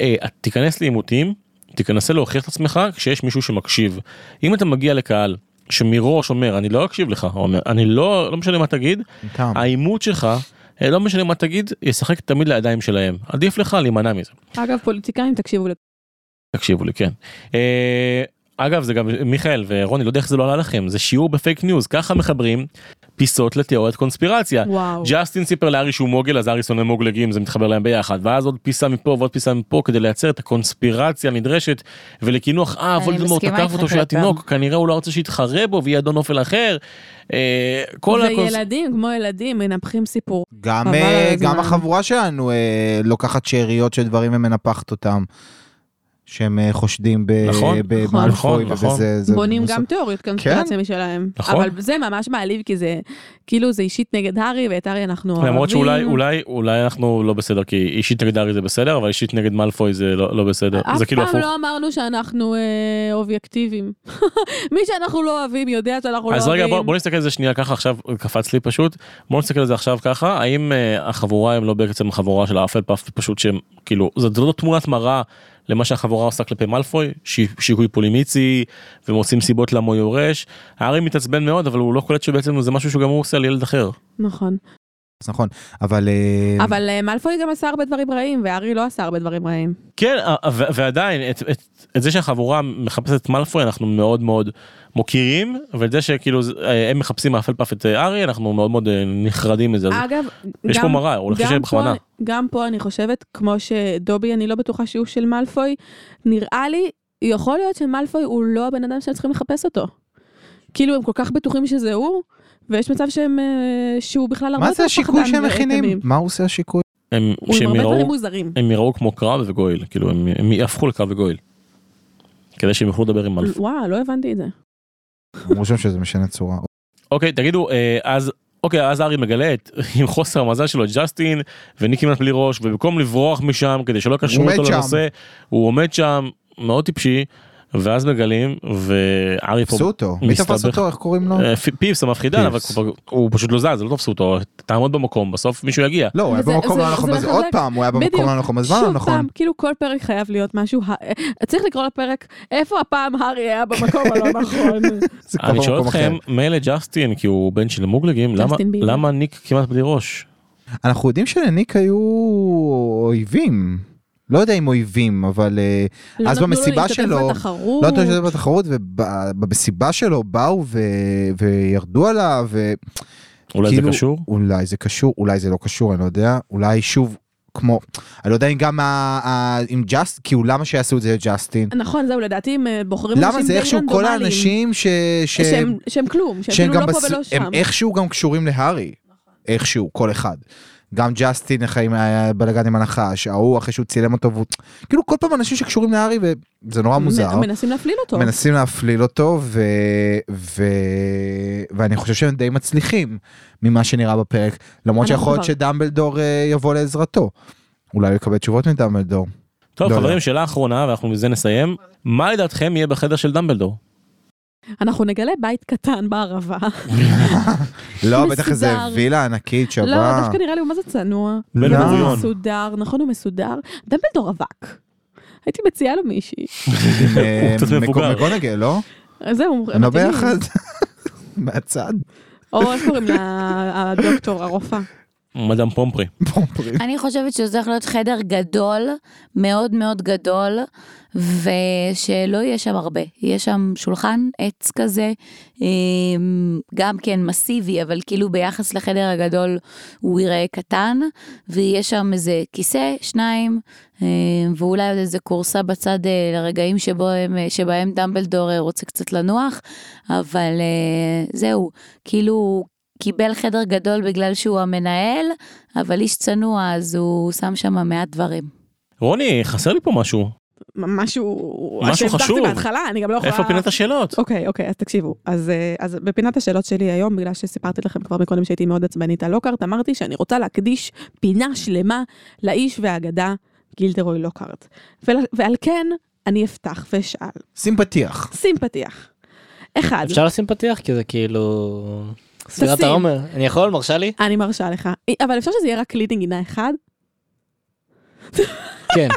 S1: אה, את תיכנס לעימותים, תיכנסה להוכיח את עצמך כשיש מישהו שמקשיב. אם אתה מגיע לקהל שמראש אומר, אני לא אקשיב לך, או אומר, אני לא, לא משנה מה תגיד,
S5: טעם.
S6: אמ.
S1: העימות שלך, אה, לא משנה מה תגיד, ישחק תמיד לידיים שלהם. עדיף לך להימנע מזה.
S2: אגב, פוליטיקאים, תקשיבו, לכ-
S1: תקשיבו לי כן. אה, אגב זה גם מיכאל ורוני לא יודע איך זה לא עלה לכם זה שיעור בפייק ניוז ככה מחברים פיסות לתיאוריית קונספירציה.
S2: וואו.
S1: ג'סטין סיפר לארי שהוא מוגל אז ארי שונא מוגלגים זה מתחבר להם ביחד ואז עוד פיסה מפה ועוד פיסה מפה כדי לייצר את הקונספירציה הנדרשת ולקינוח אה
S6: אני
S1: וולדמורט
S6: מסכימה
S1: תקף
S6: איתך
S1: אותו שהיה
S6: כל פעם.
S1: תינוק כנראה הוא לא רוצה שיתחרה בו ויהיה אדון אופל אחר. אה, כל הקונס-
S2: וילדים, כמו ילדים, מנפחים סיפור.
S5: גם,
S2: חבל
S5: אה,
S2: על
S5: גם
S2: הזמן.
S5: החבורה שלנו אה, לוקחת שאריות של דברים ומנפחת אותם. שהם אה, חושדים ב-
S1: נכון,
S5: במאלפוי
S1: נכון, נכון.
S5: ובזה. זה
S2: בונים
S5: מוסר.
S2: גם תיאוריות קונספירציה משלהם.
S1: נכון.
S2: אבל זה ממש מעליב, כי זה, כאילו זה אישית נגד הארי, ואת הארי אנחנו אוהבים.
S1: למרות שאולי אולי אולי אנחנו לא בסדר כי אישית נגד ארי זה בסדר אבל אישית נגד מאלפוי זה לא לא בסדר זה כאילו
S2: אף
S1: הפוך.
S2: פעם לא אמרנו שאנחנו אה, אובייקטיביים. מי שאנחנו לא אוהבים יודע שאנחנו לא
S1: אז רגע
S2: אוהבים.
S1: בוא, בוא נסתכל על זה שנייה ככה עכשיו קפץ לי פשוט בוא נסתכל על זה עכשיו ככה האם uh, החבורה הם לא בעצם חבורה של האפל פאף פשוט שהם כאילו זאת לא תמונת מראה למה שהחבורה עושה כלפי מאלפוי שי- שיקוי פולימיצי ומוצאים סיבות למה הוא יורש הארי מתעצבן מאוד אבל הוא לא קולט שבעצם זה משהו שגם הוא עושה על ילד אחר.
S2: נכון.
S5: אז נכון, אבל... אה,
S2: אבל אה, מאלפוי גם עשה הרבה דברים רעים, והארי לא עשה הרבה דברים רעים.
S1: כן, ו- ועדיין, את, את, את זה שהחבורה מחפשת את מאלפוי אנחנו מאוד מאוד מוקירים, ואת זה שכאילו זה- אה, הם מחפשים מאפל פאף את אה, ארי, אנחנו מאוד מאוד אה, נחרדים מזה. אז
S2: אגב,
S1: יש
S2: גם-
S1: פה מראה, הוא חושב
S2: גם
S1: שבכוונה.
S2: פה- גם פה אני חושבת, כמו שדובי, אני לא בטוחה שהוא של מאלפוי, נראה לי, יכול להיות שמאלפוי הוא לא הבן אדם שהם צריכים לחפש אותו. כאילו, הם כל כך בטוחים שזה הוא, ויש מצב שהם, אה, שהוא בכלל הרבה
S5: מה
S2: יותר
S5: זה השיקוי
S2: פחדן
S5: שהם
S2: ותמים.
S5: מכינים? מה הוא עושה השיקוי?
S1: הם,
S2: הוא עם
S1: שהם
S2: הרבה
S1: יראו,
S2: דברים מוזרים.
S1: הם יראו כמו קרב וגואיל, כאילו הם, הם יהפכו לקרב וגואיל. כדי שהם יוכלו לדבר עם מאלפוי.
S2: וואו, לא הבנתי את זה.
S5: אמרו שם שזה משנה צורה.
S1: אוקיי, תגידו, אה, אז... אוקיי, אז ארי מגלה את, עם חוסר המזל שלו, את ג'סטין, וניק כמעט בלי ראש, ובמקום לברוח משם כדי שלא קשרו
S5: עומד
S1: אותו
S5: שם.
S1: לנושא, הוא עומד שם, מאוד טיפשי, ואז מגלים, וארי פה...
S5: תפסו אותו. מי תפס
S1: מסתבך.
S5: אותו? איך קוראים לו?
S1: אה, פ- פיפס המפחידן, אבל
S5: פיפס.
S1: כבר- הוא פשוט לא זז, לא תפסו אותו, תעמוד במקום, בסוף מישהו יגיע.
S5: לא, הוא היה
S2: זה-
S5: במקום
S2: זה-
S5: לא נכון
S2: זה
S5: בזמן. עוד
S2: מחזק.
S5: פעם, הוא היה
S2: בדיוק.
S5: במקום לא נכון בזמן, לא
S2: שוב
S5: נכון.
S2: פעם, כאילו כל פרק חייב להיות משהו, ה- צריך לקרוא לפרק, איפה הפעם הארי היה במקום הלא נכון.
S5: זה כבר
S1: אני שואל
S5: במקום אחר.
S1: אתכם, מילא ג'סטין, כי הוא בן של מוגלגים, למה-
S2: ג'סטין ביבר.
S1: למה ניק כמעט בלי ראש?
S5: אנחנו יודעים שלניק היו אויבים. לא יודע אם אויבים, אבל אה,
S2: לא
S5: אז
S2: נתנו לו
S5: במסיבה
S2: להשתתף
S5: שלו-
S2: בתחרות.
S5: לא יודעים שזה בתחרות, ובמסיבה שלו באו ו- וירדו עליו,
S1: אולי זה
S5: וכאילו,
S1: קשור?
S5: אולי זה קשור, אולי זה לא קשור, אני לא יודע, אולי שוב, כמו, אני לא יודע אם גם ה- ה- עם ג'אסט, כאילו למה שיעשו את זה לג'אסטין?
S2: נכון, זהו, לדעתי הם אה, בוחרים
S5: למה
S2: אנשים
S5: זה
S2: די
S5: איכשהו כל
S2: רנדומליים,
S5: האנשים ש... ש-
S2: שהם- שהם כלום, שהם
S5: שהם
S2: כאילו
S5: גם
S2: לא פה
S5: בס-
S2: ולא שם. נכון.
S5: הם איכשהו גם קשורים להארי, איכשהו, כל אחד. גם ג'סטין אחרי עם הבלאגן עם הנחש, ההוא אחרי שהוא צילם אותו, והוא... כאילו כל פעם אנשים שקשורים להארי וזה נורא מוזר.
S2: מ- מנסים להפליל אותו.
S5: מנסים להפליל אותו ו... ו... ואני חושב שהם די מצליחים ממה שנראה בפרק למרות
S2: אנחנו
S5: שיכול להיות
S2: כבר-
S5: שדמבלדור אה, יבוא לעזרתו. אולי הוא יקבל תשובות מדמבלדור.
S1: טוב,
S5: לא, לא.
S1: חברים, שאלה אחרונה, ואנחנו מזה נסיים. מה לדעתכם יהיה בחדר של דמבלדור?
S2: אנחנו נגלה בית קטן בערבה.
S5: לא בטח איזה
S2: מסודר.
S5: וילה ענקית
S2: לא,
S5: שווה.
S2: דווקא נראה לי הוא מה זה צנוע.
S1: בן
S5: לא.
S2: הוא
S1: גוריון.
S2: מסודר, נכון הוא מסודר. דמבלדור רווק. הייתי מציעה לו מישהי.
S5: אה,
S1: הוא קצת
S5: מקו-
S1: מבוגר.
S5: מקונגל לא?
S2: אז זהו,
S5: הם לא
S2: מתאימים.
S5: ביחד? מהצד.
S2: או איך קוראים לה הדוקטור, הרופאה.
S1: מדאם פומפרי.
S5: פומפרים.
S6: אני חושבת שזה צריך להיות חדר גדול, מאוד מאוד גדול, ושלא יהיה שם הרבה. יהיה שם שולחן עץ כזה, אמ, גם כן מסיבי, אבל כאילו ביחס לחדר הגדול הוא ייראה קטן, ויהיה שם איזה כיסא, שניים, אמ, ואולי עוד איזה כורסה בצד אה, לרגעים שבו הם, אה, שבהם דמבלדור אה, רוצה קצת לנוח, אבל אה, זהו, כאילו... קיבל חדר גדול בגלל שהוא המנהל, אבל איש צנוע, אז הוא שם שם מעט דברים.
S1: רוני, חסר לי פה משהו.
S2: משהו...
S1: משהו
S2: שהבטחתי
S1: חשוב.
S2: בהתחלה, אני גם לא יכולה...
S1: איפה פינת השאלות?
S2: אוקיי, אוקיי, אז תקשיבו. אז, אה, אז בפינת השאלות שלי היום, בגלל שסיפרתי לכם כבר מקודם שהייתי מאוד עצבנית על לוקארט, אמרתי שאני רוצה להקדיש פינה שלמה לאיש והאגדה גילדרוי לוקארט. ול- ועל כן, אני אפתח ואשאל.
S5: שים פתיח.
S2: שים פתיח. אחד,
S3: אפשר לשים פתיח כי זה כאילו סגירת
S2: תשים.
S3: העומר אני יכול מרשה לי
S2: אני מרשה לך, אבל אפשר שזה יהיה רק קלי נגינה אחד?
S3: כן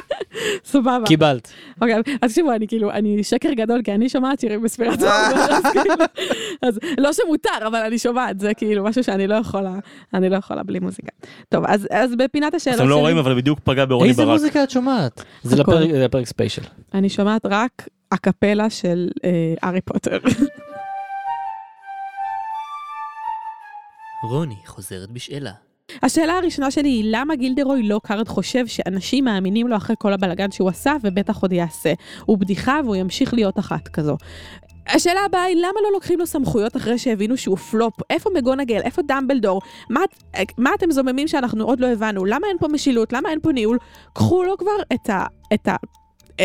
S2: סבבה.
S3: קיבלת
S2: אוקיי, אז תקשיבו, אני כאילו, אני שקר גדול, כי אני שומעת שירים בספירת העומר, אז כאילו, אז לא שמותר, אבל אני שומעת, זה כאילו משהו שאני לא יכולה, אני לא יכולה בלי מוזיקה. טוב, אז אז בפינת השאלות
S1: אתם לא רואים,
S2: שלי,
S1: אבל בדיוק פגע ברוני
S3: איזה
S1: ברק.
S3: מוזיקה את שומעת זה
S2: הכל.
S3: לפרק- זה לפרק ספיישל
S2: אני שומעת רק הקפלה של אה, הארי פוטר.
S3: רוני חוזרת בשאלה
S2: השאלה הראשונה שלי היא, למה גילדרוי לוקארד חושב שאנשים מאמינים לו אחרי כל הבלגן שהוא עשה, ובטח עוד יעשה? הוא בדיחה והוא ימשיך להיות אחת כזו. השאלה הבאה היא, למה לא לוקחים לו סמכויות אחרי שהבינו שהוא פלופ? איפה מגונגל? איפה דמבלדור? מה, את- מה אתם זוממים שאנחנו עוד לא הבנו? למה אין פה משילות? למה אין פה ניהול? קחו לו כבר את ה... את ה...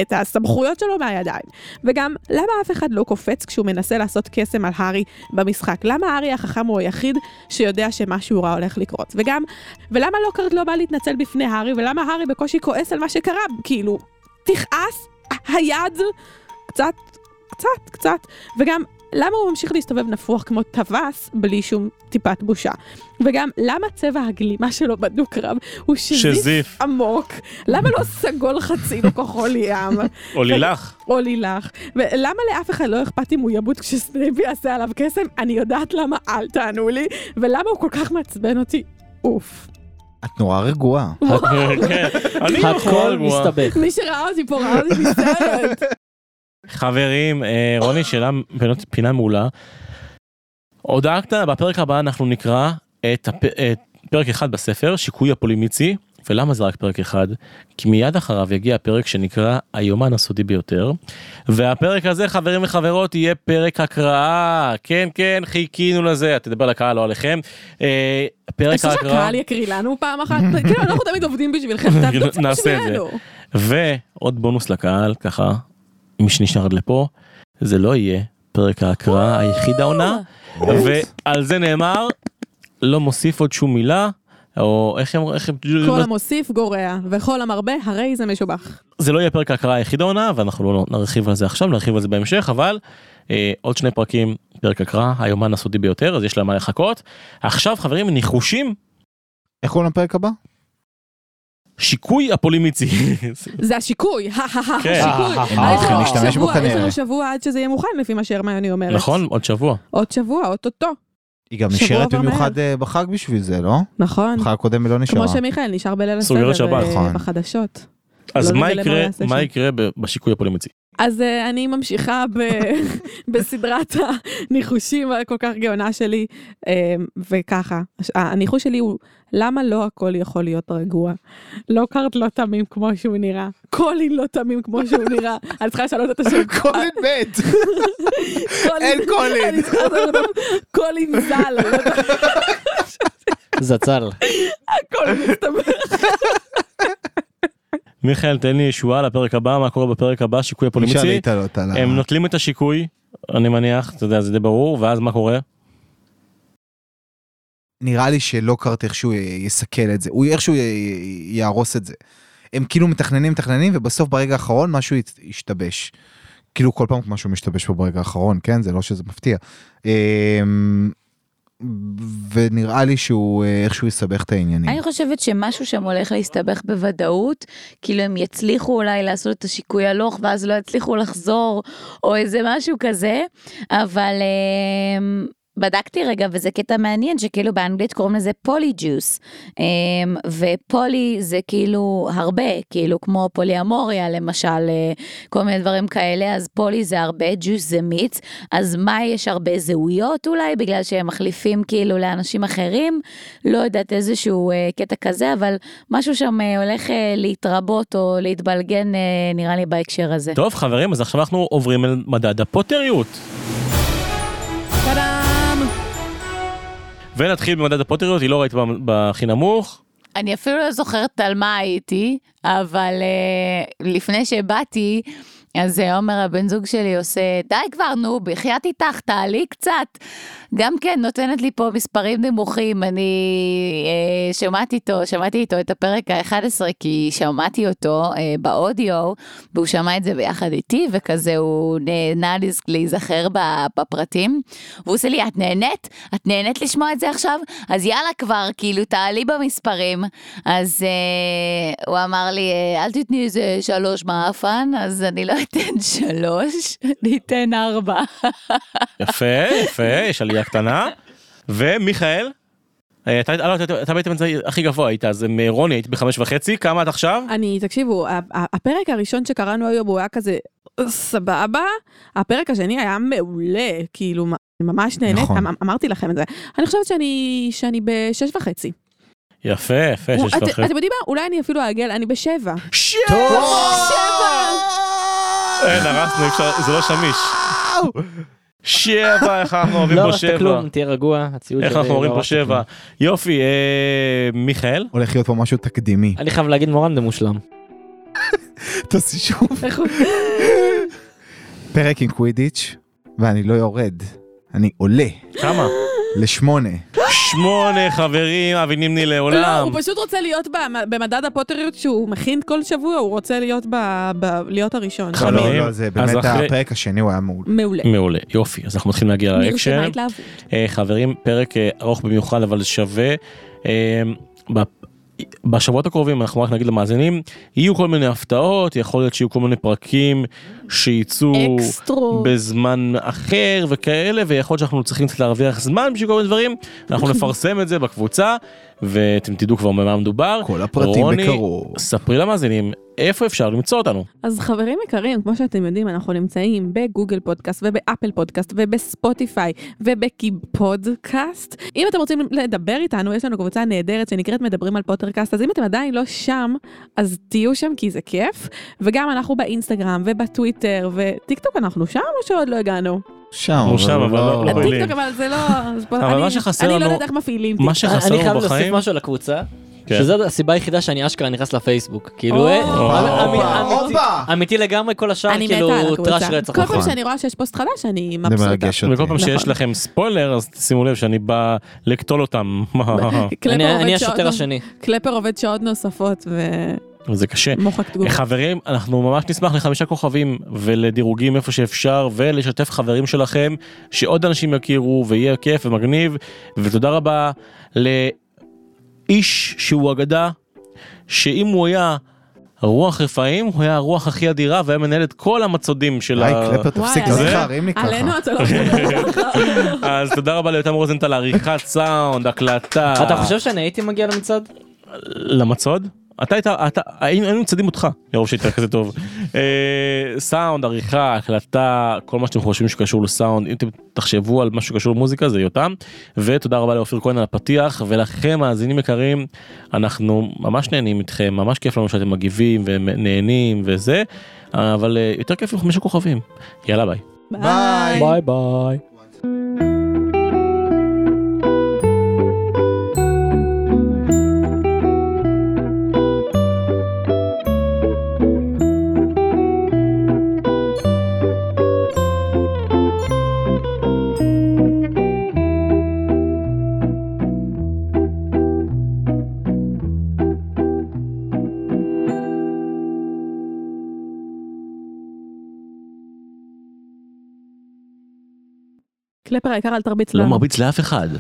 S2: את הסמכויות שלו מהידיים. וגם, למה אף אחד לא קופץ כשהוא מנסה לעשות קסם על הארי במשחק? למה הארי החכם הוא היחיד שיודע שמשהו רע הולך לקרות? וגם, ולמה לוקארד לא בא להתנצל בפני הארי, ולמה הארי בקושי כועס על מה שקרה? כאילו, תכעס, היד, קצת, קצת, קצת, וגם... למה הוא ממשיך להסתובב נפוח כמו טווס בלי שום טיפת בושה? וגם, למה צבע הגלימה שלו בדו-קרב הוא שזיף
S1: שזיף,
S2: עמוק? למה לא סגול חצי וכחול ים?
S1: או לילך.
S2: או לילך, ולמה לאף אחד לא אכפת אם הוא ימות כשסנייפ יעשה עליו קסם? אני יודעת למה, אל תענו לי, ולמה הוא כל כך מעצבן אותי. אוף.
S5: את נורא רגועה.
S1: כן, אני לא
S3: הכל
S1: רגוע.
S3: מסתבך.
S2: מי שראה אותי פה ראה אותי מסתרת.
S1: חברים, אה, רוני, שאלה, פינות- פינה מעולה. הודעה קטנה, בפרק הבא אנחנו נקרא את הפ- את פרק אחד בספר, שיקוי הפולימיצי, ולמה זה רק פרק אחד? כי מיד אחריו יגיע הפרק שנקרא היומן הסודי ביותר, והפרק הזה, חברים וחברות, יהיה פרק הקראה. כן, כן, חיכינו לזה, תדבר לקהל, לא עליכם. אה, פרק
S2: אפשר
S1: ההקראה,
S2: שהקהל יקריא לנו פעם אחת? כאילו, אנחנו תמיד עובדים בשבילכם, תעבדו קצת
S1: כאילו, נעשה את זה.
S2: בשבילנו.
S1: ועוד בונוס לקהל, ככה, מי שנשאר עד לפה, זה לא יהיה פרק ההקראה היחיד העונה. ועל זה נאמר, לא מוסיף עוד שום מילה, או איך הם, איך הם,
S2: כל המוסיף גורע, וכל המרבה הרי זה משובח.
S1: זה לא יהיה פרק ההקראה היחיד העונה, ואנחנו לא נרחיב על זה עכשיו, נרחיב על זה בהמשך, אבל אה, עוד שני פרקים, פרק הקראה, היומן הסודי ביותר, אז יש להם מה לחכות. עכשיו חברים, ניחושים,
S5: איך קוראים לפרק הבא?
S1: שיקוי הפולימיצי.
S2: זה השיקוי,
S1: כן.
S2: השיקוי.
S5: אה,
S2: יש לנו
S5: נשתמש בו
S2: שבוע, יש
S5: כנראה.
S2: לנו שבוע עד שזה יהיה מוכן לפי מה שהרמיוני אומרת.
S1: נכון, עוד שבוע.
S2: עוד שבוע, אוטוטו.
S5: היא גם
S2: שבוע
S5: נשארת
S2: עבר
S5: במיוחד אה, בחג בשביל זה, לא?
S2: נכון.
S5: בחג הקודם היא לא נשארה.
S2: כמו שמיכאל נשאר בליל
S1: סוגר
S2: הסדר
S1: שבת.
S2: אה,
S5: נכון.
S2: בחדשות.
S1: אז
S2: לא
S1: מה
S2: נגלה מה
S1: יקרה,
S2: יעשה
S1: מה
S2: שם.
S1: יקרה ב- בשיקוי הפולימיצי?
S2: אז אה, אני ממשיכה ב- בסדרת הניחושים הכל כך גאונה שלי, אה, וככה, הש- אה, הניחוש שלי הוא, למה לא הכל יכול להיות רגוע? לוקארט לא תמים כמו שהוא נראה, קולין לא תמים כמו שהוא נראה, אני צריכה לשנות את השם. אה,
S5: קולין מת! אין קולין.
S2: אני צריכה לשנות אותו, קולין ז"ל, לא יודעת,
S3: זצ"ל.
S2: קולין מסתבר.
S1: מיכאל, תן לי ישועה לפרק הבא, מה קורה בפרק הבא, שיקוי
S5: אי אפשר
S1: הפולימיצי.
S5: להתעלות על ה...
S1: הם נוטלים את השיקוי, אני מניח, אתה יודע, זה די ברור, ואז מה קורה?
S5: נראה לי שלוקארט איכשהו י- יסכל את זה, הוא איכשהו י- י- יהרוס את זה. הם כאילו מתכננים מתכננים ובסוף ברגע האחרון משהו ית- ישתבש. כאילו כל פעם משהו משתבש פה ברגע האחרון, כן? זה לא שזה מפתיע. אמ, ונראה לי שהוא אה, איכשהו יסבך את העניינים.
S6: אני חושבת שמשהו שם הולך להסתבך בוודאות, כאילו הם יצליחו אולי לעשות את השיקוי הלוך ואז לא יצליחו לחזור, או איזה משהו כזה, אבל אמ, בדקתי רגע וזה קטע מעניין שכאילו באנגלית קוראים לזה פולי ג'וס, אמ, ופולי זה כאילו הרבה, כאילו כמו פוליאמוריה למשל, אה, כל מיני דברים כאלה, אז פולי זה הרבה, ג'וס זה מיץ, אז מה יש הרבה זהויות אולי, בגלל שהם מחליפים כאילו לאנשים אחרים, לא יודעת איזשהו אה, קטע כזה, אבל משהו שם אה, הולך אה, להתרבות או להתבלגן אה, נראה לי בהקשר הזה.
S1: טוב חברים, אז עכשיו אנחנו עוברים אל מדד הפוטריות.
S2: טאדאם!
S1: ונתחיל במדד הפוטריות, היא לא ראית ב- בהכי נמוך.
S6: אני אפילו לא זוכרת על מה הייתי, אבל אה, לפני שבאתי, אז אה, עומר הבן זוג שלי עושה, די כבר, נו, בחייאת איתך, תעלי קצת. גם כן, נותנת לי פה מספרים נמוכים, אני אה, שמעתי איתו, שמעתי איתו את הפרק ה-11, כי שמעתי אותו אה, באודיו, והוא שמע את זה ביחד איתי, וכזה הוא נהנה לז- להיזכר ב- בפרטים. והוא עושה לי, את נהנית? את נהנית לשמוע את זה עכשיו? אז יאללה כבר, כאילו, תעלי במספרים. אז אה, הוא אמר לי, אה, אל תתני איזה שלוש מעפן, אז אני לא אתן שלוש, אני אתן ארבע.
S1: יפה, יפה, יש עלייה קטנה. ומיכאל, אה, אתה, אה, לא, אתה- אתה בעצם זה הכי גבוה היית, אז אה, רוני היית בחמש וחצי, כמה את עכשיו?
S2: אני, תקשיבו, ה- ה- הפרק הראשון שקראנו היום הוא היה כזה "אה, סבבה, הפרק השני היה מעולה, כאילו, מ- ממש נהנית,
S5: נכון.
S2: אמ- אמרתי לכם את זה. אני חושבת שאני, שאני בשש וחצי.
S1: יפה, יפה, כן, שש
S2: את-
S1: וחצי.
S2: אתם יודעים מה? אולי אני אפילו אעגל, אני בשבע.
S1: אין, הרסנו, אי אפשר- זה לא שמיש. שבע, איך אנחנו אוהבים
S3: לא
S1: פה
S3: הרסת
S1: שבע.
S3: כלום, תהיה רגוע, הציוד
S1: איך
S3: שלי
S1: אנחנו
S3: לא
S1: אומרים פה
S3: הרסת
S1: שבע.
S3: כלום.
S1: יופי, אה, מיכאל,
S5: הולך להיות פה משהו תקדימי.
S3: אני חייב להגיד מורן זה מושלם.
S5: תעשי שוב
S2: איך הוא-
S5: פרק עם קווידיץ' ואני לא יורד, אני עולה
S1: כמה?
S5: לשמונה.
S1: שמונה חברים, אבי נימני
S2: לא,
S1: לעולם.
S2: הוא פשוט רוצה להיות במ- במדד הפוטריות שהוא מכין כל שבוע, הוא רוצה להיות ב- ב- להיות הראשון.
S5: לא,
S1: חברים,
S5: לא, לא, זה
S1: אז
S5: באמת
S1: אחרי-
S5: הפרק השני הוא היה מעולה.
S2: מעולה.
S1: מעולה, יופי, אז אנחנו מתחילים להגיע
S2: נרשמה
S1: לאקשן.
S2: התלהבות.
S1: אה, חברים, פרק אה, ארוך במיוחד אבל שווה. אה, ב- בשבועות הקרובים אנחנו רק נגיד למאזינים, יהיו כל מיני הפתעות, יכול להיות שיהיו כל מיני פרקים שייצאו
S2: אקסטרו.
S1: בזמן אחר וכאלה, ויכול להיות שאנחנו צריכים קצת להרוויח זמן בשביל כל מיני דברים, אנחנו נפרסם את זה בקבוצה. ואתם תדעו כבר במה מדובר.
S5: כל הפרטים
S1: רוני,
S5: בקרוב.
S1: ספרי למאזינים איפה אפשר למצוא אותנו.
S2: אז חברים יקרים, כמו שאתם יודעים, אנחנו נמצאים בגוגל פודקאסט ובאפל פודקאסט ובספוטיפיי ובקיפודקאסט. אם אתם רוצים לדבר איתנו, יש לנו קבוצה נהדרת שנקראת מדברים על פוטרקאסט, אז אם אתם עדיין לא שם, אז תהיו שם כי זה כיף. וגם אנחנו באינסטגרם ובטוויטר וטיקטוק אנחנו שם או שעוד לא הגענו?
S5: שם,
S1: הוא שם, אבל לא- לא פעילים.
S2: הטיקטוק אבל זה לא... אז בוא-
S1: אבל
S2: אני-
S1: מה שחסר
S2: אני
S1: לנו-
S2: לא יודעת איך מפעילים
S1: מה
S2: טיקטוק.
S1: שחסר
S3: אני חייב
S1: לנו
S3: להוסיף
S1: בחיים,
S3: משהו לקבוצה,
S1: כן.
S3: שזו הסיבה היחידה שאני אשכרה נכנס לפייסבוק. כאילו,
S2: או.
S3: אה,
S1: הופה,
S3: אמ- אמ-
S5: הופה,
S3: אמיתי-
S5: הופה.
S3: אמיתי לגמרי, כל השאר
S2: אני מתה על
S3: כאילו טראש
S2: הקבוצה.
S3: רצח.
S2: כל פעם
S5: נכון.
S2: שאני רואה שיש פוסט חדש, אני
S5: זה
S2: מבסוטה.
S5: מרגש אותי.
S1: וכל פעם שיש
S2: נכון.
S1: לכם ספוילר אז שימו לב שאני בא לקטול אותם.
S2: קלפר
S3: אני-
S2: עובד
S3: אני
S2: שעות
S3: השוטר
S2: נוס-
S3: השני.
S2: קלפר עובד שעות נוספות
S1: זה קשה.
S2: ומוחק תגובה.
S1: חברים, אנחנו ממש נשמח לחמישה כוכבים ולדירוגים איפה שאפשר ולשתף חברים שלכם שעוד אנשים יכירו ויהיה כיף ומגניב ותודה רבה לאיש שהוא אגדה שאם הוא היה רוח רפאים הוא היה הרוח הכי אדירה והיה מנהל את כל המצודים של
S5: היי,
S1: ה...
S5: קלפר, תפסיק,
S2: וואי,
S5: לא
S1: זה-
S5: מתחרים לי ככה.
S2: עלינו אתה לא מדבר.
S1: אז תודה רבה ליותם רוזנט על עריכת סאונד, הקלטה.
S3: אתה חושב שאני הייתי מגיע למצעד?
S1: למצוד? אתה היית, אתה, היינו היינו מצדים אותך, מרוב שהיית כזה טוב. אה, סאונד, עריכה, הקלטה, כל מה שאתם חושבים שקשור לסאונד, אם אתם תחשבו על משהו שקשור למוזיקה זה יותם. ותודה רבה לאופיר כהן על הפתיח, ולכם מאזינים יקרים, אנחנו ממש נהנים איתכם, ממש כיף לנו שאתם מגיבים ונהנים וזה, אבל אה, יותר כיף עם חמישה כוכבים. יאללה ביי.
S5: ביי.
S3: ביי ביי.
S2: קלפר היקר אל תרביץ
S1: לא
S2: לנו.
S1: לא מרביץ לאף אחד.